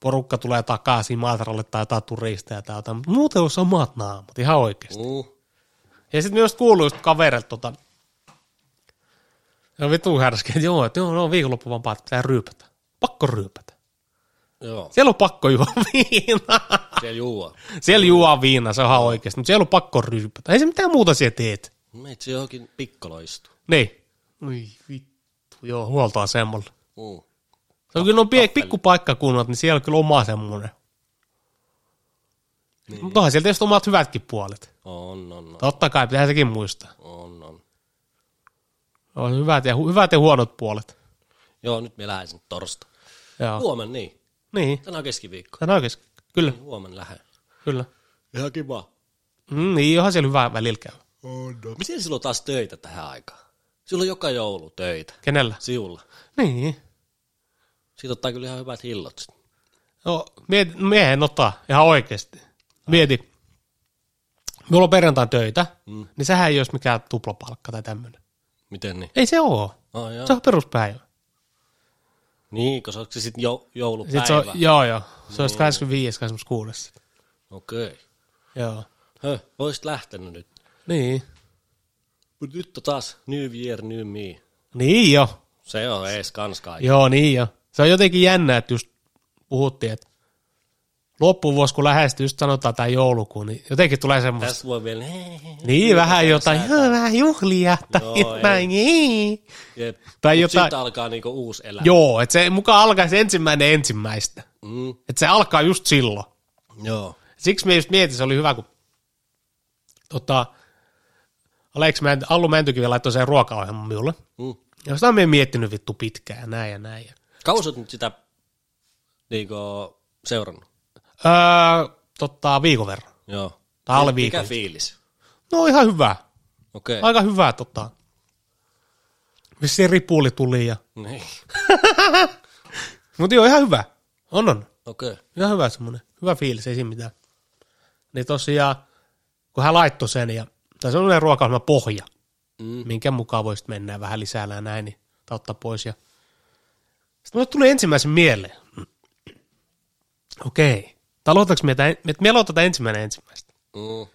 Speaker 1: Porukka tulee takaisin Maatralle tai jotain turisteja tai jotain, mutta muuten on samat naamat, ihan oikeasti.
Speaker 2: Mm.
Speaker 1: Ja sitten myös kuuluu just kavereilta tota, se on vitun härski, että joo, että joo, no viikonloppu vaan paat, pitää ryypätä. Pakko ryypätä.
Speaker 2: Joo,
Speaker 1: Siellä on pakko juoda viinaa.
Speaker 2: se juo.
Speaker 1: Siellä juo viinaa, se on ihan oikeasti, mutta siellä on pakko ryypätä. Ei se mitään muuta siellä teet.
Speaker 2: Meitä se johonkin pikkolo istuu.
Speaker 1: Niin. Oi vittu, joo, huoltoasemalla.
Speaker 2: Mm.
Speaker 1: Se on kyllä on pie- pikkupaikkakunnat, niin siellä on kyllä oma semmoinen. Niin. Mutta onhan sieltä tietysti omat hyvätkin puolet.
Speaker 2: On, on, on,
Speaker 1: Totta kai, pitää sekin muistaa.
Speaker 2: on, on.
Speaker 1: On hyvät ja, hu- hyvät ja huonot puolet.
Speaker 2: Joo, nyt me lähden sinne torsta.
Speaker 1: Joo.
Speaker 2: Huomenna niin.
Speaker 1: Niin,
Speaker 2: Tänään on keskiviikko.
Speaker 1: tämä on oikeasti. Kyllä,
Speaker 2: Huomenna lähden.
Speaker 1: kyllä.
Speaker 2: Ihan kiva.
Speaker 1: Mm, niin, onhan siellä hyvää välillä käy.
Speaker 2: Miten silloin taas töitä tähän aikaan? Silloin joka joulu töitä.
Speaker 1: Kenellä?
Speaker 2: Siulla.
Speaker 1: Niin.
Speaker 2: Siitä ottaa kyllä ihan hyvät hillot. sit.
Speaker 1: No, miet, miehen ottaa ihan oikeasti. Mieti. Minulla on perjantain töitä, mm. niin sehän ei olisi mikään tuplapalkka tai tämmöinen.
Speaker 2: Miten niin?
Speaker 1: Ei se oo.
Speaker 2: Oh, joo.
Speaker 1: Se on peruspäivä.
Speaker 2: Niin, koska onko se sitten jo, joulupäivä?
Speaker 1: Sitten se on, joo, joo. Se olisi 25, 26.
Speaker 2: Okei. Okay.
Speaker 1: Joo.
Speaker 2: Höh, oisit lähtenyt nyt.
Speaker 1: Niin.
Speaker 2: Mut nyt on taas New Year, New Me.
Speaker 1: Niin jo.
Speaker 2: Se on ees kans kaikki.
Speaker 1: Joo, niin jo. Se on jotenkin jännä, että just puhuttiin, että loppuvuosi kun lähestyy, just sanotaan tämä joulukuu, niin jotenkin tulee semmoista.
Speaker 2: Tässä voi vielä, hei, hei.
Speaker 1: Niin, vähän jotain, joo, vähän juhlia, tai niin.
Speaker 2: Joo,
Speaker 1: jotain, ei.
Speaker 2: Jep.
Speaker 1: Tai
Speaker 2: Mut
Speaker 1: jotain-
Speaker 2: Siitä alkaa niinku uusi elämä.
Speaker 1: Joo, että se mukaan alkaisi ensimmäinen ensimmäistä.
Speaker 2: Mm,
Speaker 1: Että se alkaa just silloin.
Speaker 2: joo.
Speaker 1: Siksi mä just mietin, se oli hyvä, kun tota, Alex Mänt, Allu Mäntykivi laittoi sen ruokaohjelman minulle.
Speaker 2: Mm.
Speaker 1: Ja sitä mä miettinyt vittu pitkään, ja näin ja näin. Ja.
Speaker 2: Kauan sä oot nyt sitä niinku, seurannut?
Speaker 1: Öö, totta, viikon verran.
Speaker 2: Joo.
Speaker 1: Tai alle
Speaker 2: Mikä
Speaker 1: viikon.
Speaker 2: fiilis?
Speaker 1: No ihan hyvä.
Speaker 2: Okei. Okay.
Speaker 1: Aika hyvä tota. Vissiin ripuli tuli ja.
Speaker 2: Niin.
Speaker 1: Mutta joo, ihan hyvä. On on.
Speaker 2: Okei. Okay.
Speaker 1: Ihan hyvä semmonen. Hyvä fiilis, ei siinä mitään. Niin tosiaan, kun hän laittoi sen ja, tai se on semmoinen ruokaohjelma pohja,
Speaker 2: Mm.
Speaker 1: minkä mukaan voisit mennä vähän lisää ja näin, niin, tai ottaa pois. Ja... Sitten mulle tuli ensimmäisen mieleen. Okei. Tai aloitetaanko me, tämän, me, me aloitetaan ensimmäinen ensimmäistä.
Speaker 2: Mm.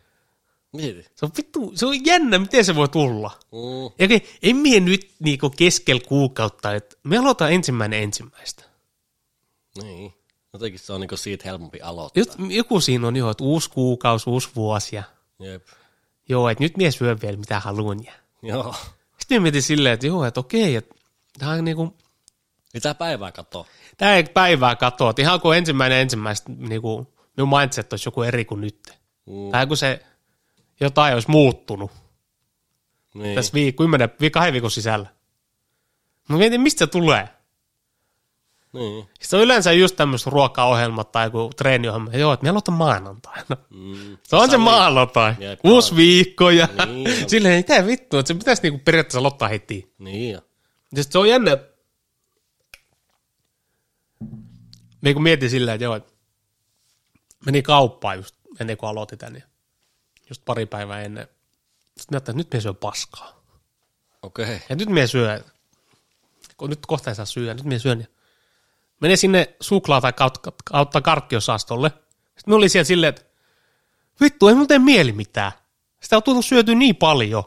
Speaker 2: Mieti.
Speaker 1: Se on vittu, se on jännä, miten se voi tulla.
Speaker 2: Mm.
Speaker 1: Eikä, en mie nyt niinku keskellä kuukautta, että me aloitetaan ensimmäinen ensimmäistä.
Speaker 2: Niin. Jotenkin se on niinku siitä helpompi aloittaa.
Speaker 1: Jot, joku siinä on jo, että uusi kuukausi, uusi vuosi ja
Speaker 2: Jep.
Speaker 1: joo, että nyt mies syö vielä mitä haluan. Ja.
Speaker 2: Joo.
Speaker 1: Sitten mä mietin silleen, että joo, että okei, että tämä on niinku,
Speaker 2: Mitä päivää katoo?
Speaker 1: tää ei päivää katoa, että ihan kuin ensimmäinen ensimmäistä, niinku, minun mindset olisi joku eri kuin nyt.
Speaker 2: Mm.
Speaker 1: Tai kun se jotain olisi muuttunut
Speaker 2: Niin.
Speaker 1: tässä viik- kymmenen, vi- kahden viikon sisällä. Mä mietin, mistä se tulee.
Speaker 2: Niin.
Speaker 1: Sitten on yleensä just tämmöiset ruokaohjelmat tai joku treeniohjelma. Joo, että me aloitetaan maanantaina.
Speaker 2: Mm.
Speaker 1: Se on se maanantai.
Speaker 2: Jep,
Speaker 1: Uusi viikko ja
Speaker 2: Niin.
Speaker 1: silleen, mitä vittu, että se pitäisi niinku periaatteessa aloittaa heti.
Speaker 2: Niin. jo.
Speaker 1: Ja sit Siis se on jännä. Niin kun mietin silleen, että joo, että meni kauppaan just ennen kuin aloitin tän. ja Just pari päivää ennen. Sitten mä ajattelin, että nyt me syö paskaa.
Speaker 2: Okei. Okay.
Speaker 1: Ja nyt minä syön. Kun nyt kohta ei saa syödä, nyt minä syön. Ja menen sinne suklaata kautta, kautta karkkiosastolle. Sitten minä olin siellä silleen, että vittu, ei muuten mieli mitään. Sitä on tullut syöty niin paljon.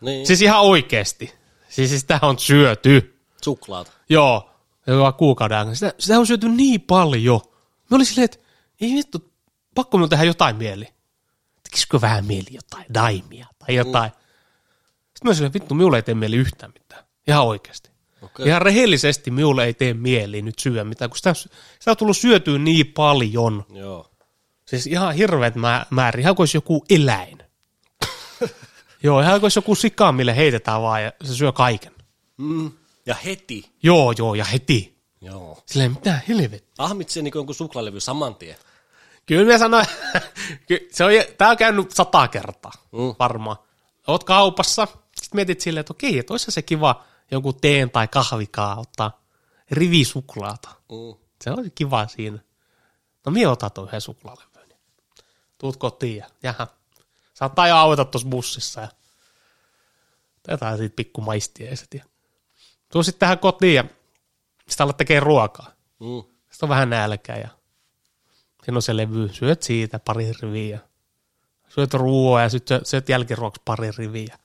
Speaker 2: Niin.
Speaker 1: Siis ihan oikeasti. Siis siis sitä on syöty.
Speaker 2: Suklaata.
Speaker 1: Joo, joka kuukauden aikana. Sitä, sitä on syöty niin paljon. Me oli silleen, että ei vittu, pakko minun tehdä jotain mieli. Tekisikö vähän mieli jotain, daimia tai jotain. Mm. Sitten mä olin silleen, vittu, minulle ei tee mieli yhtään mitään. Ihan oikeasti.
Speaker 2: Okei.
Speaker 1: Okay. Ihan rehellisesti minulle ei tee mieli nyt syödä mitään, kun sitä, sitä on tullut syötyä niin paljon.
Speaker 2: Joo.
Speaker 1: Siis ihan hirveät mä, määrä, ihan kuin olisi joku eläin. Joo, ihan kuin olisi joku sika, mille heitetään vaan ja se syö kaiken.
Speaker 2: Mm. Ja heti.
Speaker 1: Joo, joo, ja heti.
Speaker 2: Joo.
Speaker 1: Silleen, mitä helvettiä.
Speaker 2: Ahmitsee niinku jonkun suklaalevy saman tien.
Speaker 1: Kyllä mä sanoin, ky- se on, tää on käynyt sata kertaa, mm.
Speaker 2: Mm.
Speaker 1: varmaan. Oot kaupassa, sit mietit silleen, että okei, että oissa se kiva joku teen tai kahvikaa ottaa rivisuklaata.
Speaker 2: Mm.
Speaker 1: Se on kiva siinä. No mie otan tuon yhden suklaalevyn. Tuut kotiin ja jaha. Saattaa jo auta tuossa bussissa ja Jotain siitä pikku maistiaiset. Ja... Tuu sitten tähän kotiin ja sitä alat tekee ruokaa.
Speaker 2: Mm.
Speaker 1: Sitten on vähän nälkä ja siinä on se levy. Syöt siitä pari riviä. Syöt ruoaa ja sitten syöt, syöt jälkiruoksi pari riviä.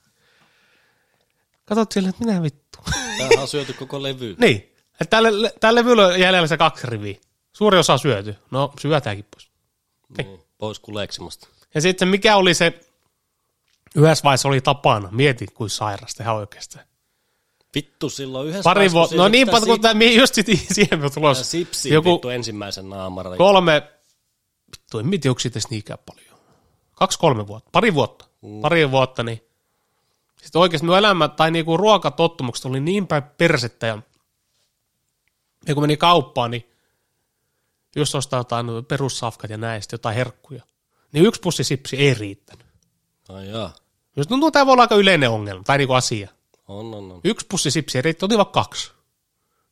Speaker 1: Katot silleen, että minä vittu.
Speaker 2: Tämähän on syöty koko levy.
Speaker 1: niin. Että tälle, tälle levyllä on jäljellä se kaksi riviä. Suuri osa on syöty. No syötäänkin pois.
Speaker 2: Niin. Pois kuleksimasta.
Speaker 1: Ja sitten mikä oli se, yhdessä vaiheessa oli tapana, mieti kuin sairas tehdä oikeasti.
Speaker 2: Vittu silloin yhdessä
Speaker 1: Pari
Speaker 2: vaiheessa, kun
Speaker 1: vuotta, no
Speaker 2: siinä
Speaker 1: niinpä
Speaker 2: pitää
Speaker 1: kun
Speaker 2: si-
Speaker 1: tämä, just sit, siihen on tulossa.
Speaker 2: Sipsi
Speaker 1: Joku-
Speaker 2: Joku... vittu ensimmäisen naamarin. Ko-
Speaker 1: kolme, vittu en mietiä, onko siitä niinkään paljon. Kaksi, kolme vuotta, pari vuotta, mm. pari vuotta, niin sitten oikeasti minun elämä tai niinku ruokatottumukset oli niin päin persettä ja, ja kun meni kauppaan, niin jos ostaa jotain perussafkat ja näistä jotain herkkuja, niin yksi pussi sipsi ei riittänyt.
Speaker 2: Ai jaa.
Speaker 1: Jos tuntuu, tämä voi olla aika yleinen ongelma tai niinku asia.
Speaker 2: On, on, on.
Speaker 1: Yksi pussi sipsiä riitti, otin vaikka kaksi.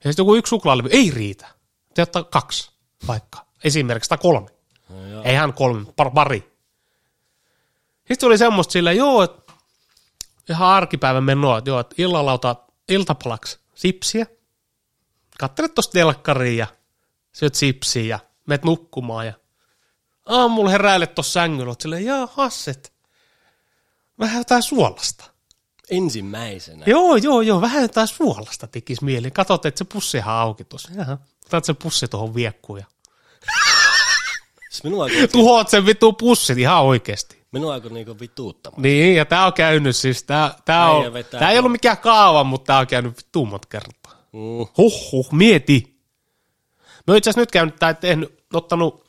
Speaker 1: Ja sitten joku yksi suklaalevy, ei riitä. Te ottaa kaksi vaikka, esimerkiksi, tai kolme.
Speaker 2: Ai jaa.
Speaker 1: Eihän kolme, par, pari. Sitten oli semmoista sillä, joo, että ihan arkipäivän menoa, että joo, että illalla otat iltapalaksi sipsiä, kattelet tosta telkkariin ja syöt sipsiä ja meet nukkumaan ja aamulla heräilet tossa sängyllä, oot silleen, jaa, hasset, vähän jotain suolasta.
Speaker 2: Ensimmäisenä.
Speaker 1: Joo, joo, joo, vähän jotain suolasta tekisi mieli. Katsot, että se pussi ihan auki tuossa. Jaha. Otat sen pussi tuohon viekkuun ja
Speaker 2: Siis Minua alkoi,
Speaker 1: tuhoat sen vitu pussin ihan oikeasti.
Speaker 2: minua alkoi niinku vituuttamaan.
Speaker 1: Niin, ja tää on käynyt siis, tää, tää,
Speaker 2: Äijä
Speaker 1: on,
Speaker 2: vetää
Speaker 1: tää ei ollut mikään kaava, mutta tää on käynyt vittu monta kertaa.
Speaker 2: Mm.
Speaker 1: Huhhuh, mieti. Mä oon itse asiassa nyt käynyt tai tehnyt, ottanut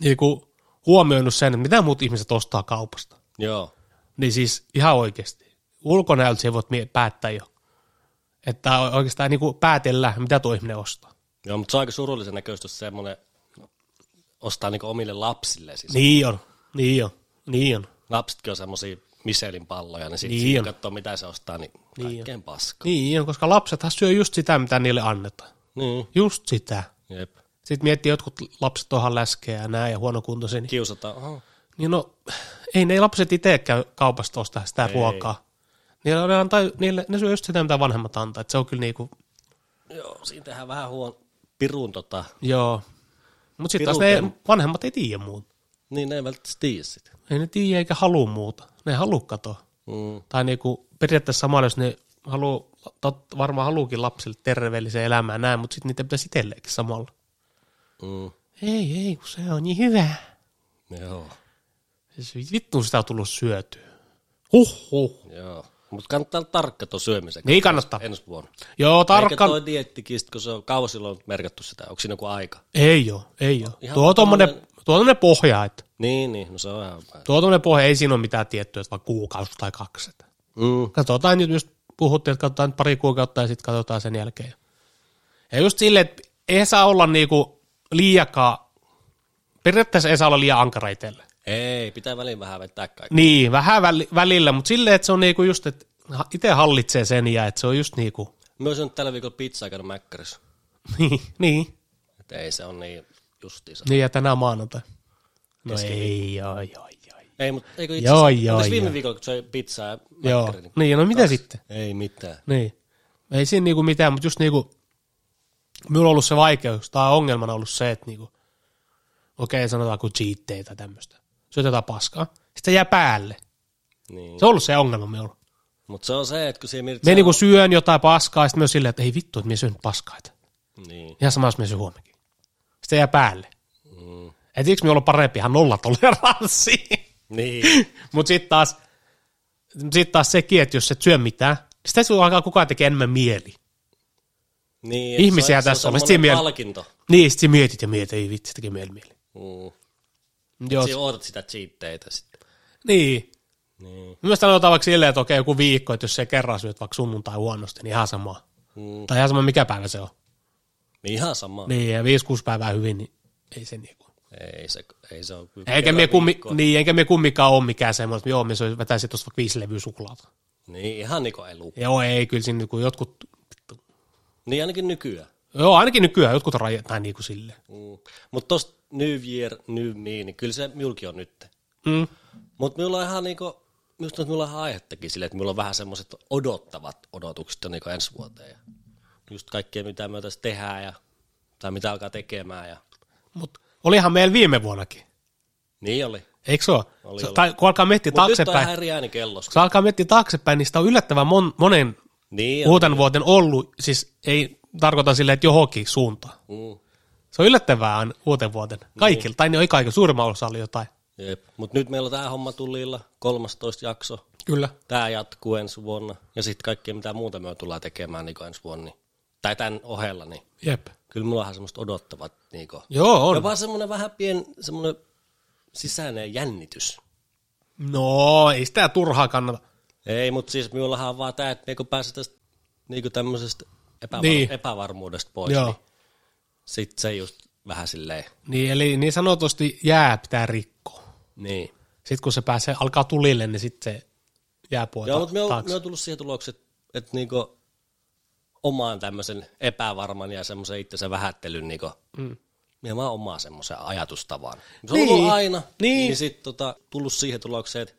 Speaker 1: niinku, huomioinut sen, että mitä muut ihmiset ostaa kaupasta.
Speaker 2: Joo.
Speaker 1: Niin siis ihan oikeasti. Ulkonäöltä sä voit mie- päättää jo. Että oikeastaan niin kuin päätellä, mitä tuo ihminen ostaa.
Speaker 2: Joo, mutta se on aika surullisen näköistä, jos semmoinen ostaa niinku omille lapsille. Siis.
Speaker 1: Niin on, niin on, niin on.
Speaker 2: Lapsetkin on semmoisia Michelin palloja, niin sitten
Speaker 1: Niin
Speaker 2: niin sit
Speaker 1: on.
Speaker 2: kun katsoo mitä se ostaa, niin kaikkein paska.
Speaker 1: Niin on, koska lapsethan syö just sitä, mitä niille annetaan.
Speaker 2: Niin.
Speaker 1: Just sitä.
Speaker 2: Jep.
Speaker 1: Sitten miettii, jotkut lapset onhan läskejä ja näin ja huonokuntoisia. Niin,
Speaker 2: Kiusataan. Oho.
Speaker 1: niin no, ei ne lapset itse käy kaupasta ostaa sitä ei. ruokaa. Niille, ne, antaa, niille, ne syö just sitä, mitä vanhemmat antaa. Et se on kyllä niinku,
Speaker 2: Joo, siinä tehdään vähän huon pirun tota.
Speaker 1: joo. Mutta sitten taas ne
Speaker 2: Piruuteen.
Speaker 1: vanhemmat ei tiedä muuta.
Speaker 2: Niin ne ei välttämättä tiedä sitä.
Speaker 1: Ei ne tiedä eikä halua muuta. Ne ei halua katoa.
Speaker 2: Mm.
Speaker 1: Tai niinku, periaatteessa samalla, jos ne haluu, tot- varmaan haluukin lapsille terveellisen elämään ja näin, mutta sitten niitä pitäisi itselleenkin samalla.
Speaker 2: Mm.
Speaker 1: Ei, ei, kun se on niin hyvä.
Speaker 2: Joo.
Speaker 1: Siis vittu sitä on tullut syötyä. Huh, huh.
Speaker 2: Joo. Mutta kannattaa olla tarkka tuon syömisen.
Speaker 1: Niin kannattaa.
Speaker 2: Ensi vuonna.
Speaker 1: Joo,
Speaker 2: Tarkka.
Speaker 1: tarkkaan.
Speaker 2: Eikä toi dieettikistä, kun se on kauan silloin merkattu sitä. Onko siinä joku aika?
Speaker 1: Ei oo, ei oo.
Speaker 2: Ihan
Speaker 1: Tuo on tommonen,
Speaker 2: tommonen-
Speaker 1: tuo on tommonen pohja, että
Speaker 2: Niin, niin. No se on ihan...
Speaker 1: tuo on tommonen pohja, ei siinä ole mitään tiettyä, että vaan kuukausi tai kaksi. että
Speaker 2: Mm.
Speaker 1: Katsotaan nyt, just puhuttiin, että katsotaan nyt pari kuukautta ja sitten katsotaan sen jälkeen. Ja just silleen, että ei saa olla niinku liiakaa, periaatteessa ei saa olla liian ankara itselle.
Speaker 2: Ei, pitää väliin vähän vetää kaikki.
Speaker 1: Niin, vähän väli- välillä, mutta silleen, että se on niinku just, että itse hallitsee sen ja että se on just niinku,
Speaker 2: Myös on tällä viikolla pizzaa käynyt mäkkärissä.
Speaker 1: niin, niin.
Speaker 2: Että ei se on niin justiinsa.
Speaker 1: Niin ja tänään maanantai. No ei, joo, joo, joo.
Speaker 2: Ei, mutta eikö itse
Speaker 1: Joo,
Speaker 2: asiassa-
Speaker 1: joo,
Speaker 2: anteeksi,
Speaker 1: joo.
Speaker 2: viime viikolla, kun söi pizzaa ja
Speaker 1: Joo,
Speaker 2: mäkkärin,
Speaker 1: niin no mitä sitten?
Speaker 2: Ei mitään.
Speaker 1: Niin. Ei siinä niinku mitään, mutta just niinku, minulla on ollut se vaikeus, tai ongelmana on ollut se, että niinku, okei okay, sanotaanko cheattejä tai tämmöistä. Syötetään paskaa. Sitten jää päälle.
Speaker 2: Niin.
Speaker 1: Se on ollut se ongelma minulla.
Speaker 2: Mutta se on se, että kun siihen
Speaker 1: Me
Speaker 2: mietitään...
Speaker 1: niinku syön jotain paskaa, ja sitten myös silleen, että ei vittu, että minä syön nyt paskaa. että
Speaker 2: Niin.
Speaker 1: Ihan sama, jos minä syön huomenkin. Sitten jää päälle.
Speaker 2: Mm.
Speaker 1: Et siksi minulla on parempi ihan nollatoleranssi.
Speaker 2: Niin.
Speaker 1: Mutta sitten taas, sit taas sekin, että jos et syö mitään, niin sitä sinun alkaa kukaan tekee enemmän mieli.
Speaker 2: niin et
Speaker 1: Ihmisiä
Speaker 2: se on- se
Speaker 1: tässä
Speaker 2: on
Speaker 1: oli.
Speaker 2: semmoinen
Speaker 1: Siinä miel-
Speaker 2: palkinto.
Speaker 1: Niin, sitten mietit ja mietit, ei vitsi, tekee mieli mieli.
Speaker 2: Mm.
Speaker 1: Joo,
Speaker 2: Siinä ootat sitä cheatteitä sitten.
Speaker 1: niin.
Speaker 2: Niin.
Speaker 1: Myös sanotaan vaikka silleen, että okei, joku viikko, että jos se kerran syöt vaikka sunnuntai huonosti, niin ihan sama.
Speaker 2: Mm.
Speaker 1: Tai ihan sama, mikä päivä se on.
Speaker 2: Niin ihan sama. Niin.
Speaker 1: Niin, ja 5-6 päivää hyvin, niin ei se niinku.
Speaker 2: Ei se, ei se ole.
Speaker 1: Eikä me, kummi, niin, eikä me kummikaan ole mikään semmoinen, että joo, me se vetäisi tuosta vaikka viisi levyä suklaata.
Speaker 2: Niin, ihan niin kuin elu.
Speaker 1: Joo, ei, kyllä siinä niinku jotkut,
Speaker 2: Niin ainakin nykyään.
Speaker 1: joo, ainakin nykyään jotkut rajat, tai niinku silleen.
Speaker 2: Mm. Mutta tosta New Year, New Me, niin kyllä se minullakin on nyt.
Speaker 1: Mm.
Speaker 2: Mutta minulla on ihan niinku Minusta tuntuu, että mulla on ihan aihettakin silleen, että mulla on vähän semmoiset odottavat odotukset jo niin ensi vuoteen. Ja just kaikkea, mitä me tässä tehdään ja, tai mitä alkaa tekemään. Ja,
Speaker 1: Mut olihan meillä viime vuonnakin.
Speaker 2: niin oli.
Speaker 1: Eikö se ole?
Speaker 2: Oli,
Speaker 1: Se-
Speaker 2: oli.
Speaker 1: Tai kun alkaa miettiä
Speaker 2: Mutta nyt on
Speaker 1: taaksepäin,
Speaker 2: ihan eri ääni kellossa.
Speaker 1: kun se alkaa miettiä taaksepäin, niin sitä on yllättävän mon, monen
Speaker 2: Niin, on.
Speaker 1: uuten vuoten ollut. Siis ei tarkoita silleen, että johonkin suuntaan.
Speaker 2: Mm.
Speaker 1: Se on yllättävää aina uuden vuoten. Kaikilla, tai ne oli kaikilla, suurimmalla osa oli jotain.
Speaker 2: Jep. Mutta nyt meillä on tämä homma tulilla, 13 jakso.
Speaker 1: Kyllä.
Speaker 2: Tämä jatkuu ensi vuonna. Ja sitten kaikkea, mitä muuta me tullaan tekemään niin ensi vuonna. Niin, tai tämän ohella, niin
Speaker 1: Jep.
Speaker 2: kyllä mulla on ihan semmoista odottavat. Niin kuin,
Speaker 1: Joo,
Speaker 2: Ja
Speaker 1: on.
Speaker 2: vaan semmoinen vähän pien semmoinen sisäinen jännitys.
Speaker 1: No, ei sitä turhaa kannata.
Speaker 2: Ei, mutta siis minullahan on vaan tämä, että niinku pääsee tästä niinku tämmöisestä epävar-
Speaker 1: Niin.
Speaker 2: niin. epävarmuudesta pois,
Speaker 1: Joo.
Speaker 2: Joo. niin sit se just vähän silleen,
Speaker 1: Niin, eli niin sanotusti jää pitää rikkoa.
Speaker 2: niin.
Speaker 1: Sitten kun se pääsee, alkaa tulille, niin sitten se jää pois
Speaker 2: Joo, mutta me on,
Speaker 1: taakse.
Speaker 2: me on tullut siihen tulokseen, että, että niinku omaan tämmöisen epävarman ja semmoisen itsensä vähättelyn, niinku, mm. minä vaan omaa semmoisen ajatustavan. Se on
Speaker 1: Niin.
Speaker 2: niin. ollut aina,
Speaker 1: Niin.
Speaker 2: niin, niin sitten tota, tullut siihen tulokseen, että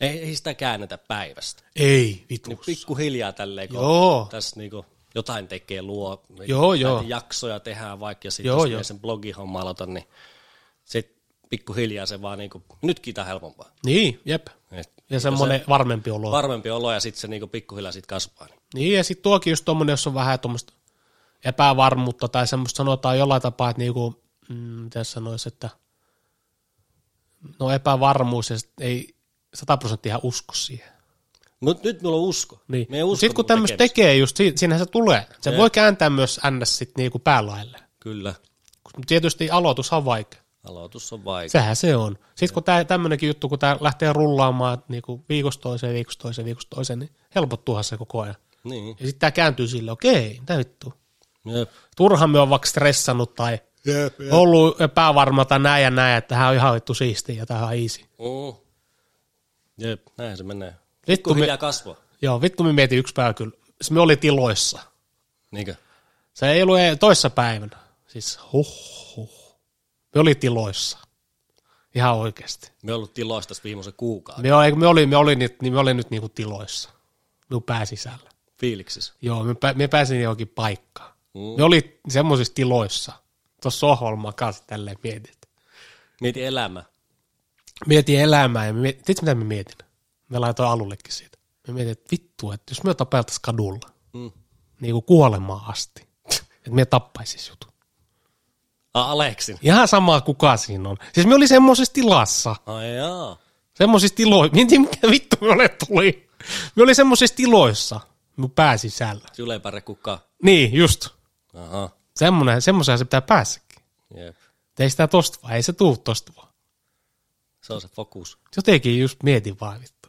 Speaker 2: ei, ei sitä käännetä päivästä.
Speaker 1: Ei, vittu.
Speaker 2: Niin pikkuhiljaa tälleen, kun
Speaker 1: Joo.
Speaker 2: tässä niinku jotain tekee, luo niinku
Speaker 1: Joo,
Speaker 2: näitä
Speaker 1: joo.
Speaker 2: jaksoja tehdään vaikka, ja sitten
Speaker 1: Joo,
Speaker 2: jos
Speaker 1: joo.
Speaker 2: joo. sen blogihomma aloitan, niin sit pikkuhiljaa se vaan niinku, nytkin tämä helpompaa.
Speaker 1: Niin, jep.
Speaker 2: Et
Speaker 1: Ja semmoinen se... varmempi olo. Var...
Speaker 2: varmempi olo ja sitten se niinku pikkuhiljaa sit kasvaa. Niin.
Speaker 1: Niin, ja sitten tuokin just tuommoinen, jos on vähän tuommoista epävarmuutta tai semmoista sanotaan jollain tapaa, että niinku, mm, miten sanoisi, että no epävarmuus ja sit ei 100 prosenttia ihan usko siihen.
Speaker 2: Mut nyt mulla on usko.
Speaker 1: Niin.
Speaker 2: Me ei usko
Speaker 1: Sitten kun
Speaker 2: mun
Speaker 1: tämmöistä
Speaker 2: tekemiseen.
Speaker 1: tekee just, si- siinähän se tulee. Se voi kääntää myös ns. sit niinku päälaille.
Speaker 2: Kyllä,
Speaker 1: Mut Tietysti aloitus on vaikea.
Speaker 2: aloitus on vaikea.
Speaker 1: Sehän se on. Sitten kun tää, tämmöinenkin juttu, kun tämä lähtee rullaamaan niinku viikosta toiseen, viikosta toiseen, viikosta toiseen, niin helpottuuhan se koko ajan.
Speaker 2: Niin.
Speaker 1: Ja sitten tämä kääntyy sille, okei, mitä vittu.
Speaker 2: Jep.
Speaker 1: Turha me on vaikka stressannut tai
Speaker 2: Jep.
Speaker 1: ollut epävarma tai näin ja näin, että tämä on ihan vittu siistiä ja tämä on easy.
Speaker 2: Mm. Jep, näin se menee.
Speaker 1: Vittu me,
Speaker 2: Pikkuhiljaa kasvaa.
Speaker 1: joo, vittu me mietin yksi päivä kyllä. Siis me oli tiloissa.
Speaker 2: Niinkö?
Speaker 1: Se ei ollut e- toissa päivänä. Siis huh, huh. Me oli tiloissa. Ihan oikeasti.
Speaker 2: Me on ollut tiloissa tässä viimeisen kuukauden
Speaker 1: Me, ol- eikö me, oli, me, oli nyt, niin me oli nyt niinku tiloissa. Minun pääsisällä.
Speaker 2: fiiliksissä.
Speaker 1: Joo, me, pä, me pääsin johonkin paikkaan. Mm.
Speaker 2: Mm.
Speaker 1: Me oli semmoisissa tiloissa. Tuossa sohvalla makasin tälleen mietin, että
Speaker 2: Mieti elämä.
Speaker 1: mietin elämää ja mä mietin, tiedätkö mitä mä mietin? Mä laitoin alullekin siitä. Mä mietin, että vittu, että jos me tapeltais kadulla,
Speaker 2: Mm.
Speaker 1: niin kuin kuolemaan asti, että me tappaisin sut.
Speaker 2: Ah, Aleksin.
Speaker 1: Ihan sama kuka siinä on. Siis me oli semmoisessa tilassa,
Speaker 2: Ai jaa.
Speaker 1: semmoisissa tiloissa, mietin mikä vittu me ole tuli. Me oli semmoisissa tiloissa, mun pääsisällä.
Speaker 2: Syleipärä kuka.
Speaker 1: Niin, just.
Speaker 2: Aha.
Speaker 1: Semmoinen, semmoisen se pitää päässäkin.
Speaker 2: Jep.
Speaker 1: Et Ei sitä tosta vaan, ei se tuu tosta vaan.
Speaker 2: Se on se fokus.
Speaker 1: Jotenkin just mietin vaan vittu.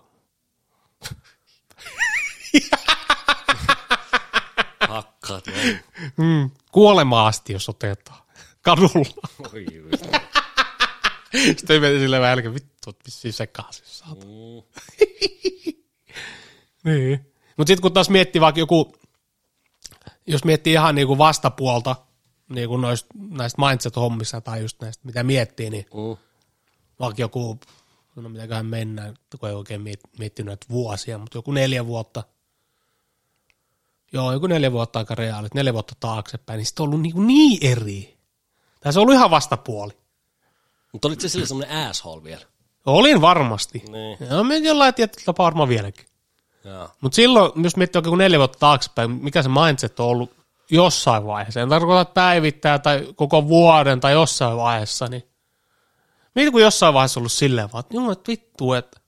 Speaker 2: Hakkaat. näin.
Speaker 1: Mm, kuolemaan asti, jos otetaan. Kadulla.
Speaker 2: Oi, vittu.
Speaker 1: Sitten meni silleen vähän jälkeen, vittu, oot vissiin sekaisin. saat.
Speaker 2: Mm.
Speaker 1: Niin. Mutta sitten kun taas miettii vaikka joku, jos miettii ihan niinku vastapuolta, niinku noista, näistä mindset-hommissa tai just näistä, mitä miettii, niin
Speaker 2: Mm.
Speaker 1: vaikka joku, no mitäköhän mennään, kun ei oikein miet- miettinyt näitä vuosia, mutta joku neljä vuotta, joo, joku neljä vuotta aika reaalit, neljä vuotta taaksepäin, niin sitten on ollut niinku niin eri. Tai se on ollut ihan vastapuoli.
Speaker 2: Mutta olit se sillä semmonen asshole vielä.
Speaker 1: Olin varmasti.
Speaker 2: Niin.
Speaker 1: Ja me jollain tietyllä tapaa varmaan vieläkin.
Speaker 2: Jaa.
Speaker 1: Mutta silloin, jos miettii oikein kun neljä vuotta taaksepäin, mikä se mindset on ollut jossain vaiheessa, en tarkoita että päivittää tai koko vuoden tai jossain vaiheessa, niin mietin kun jossain vaiheessa ollut silleen vaan, että juu, että vittu, että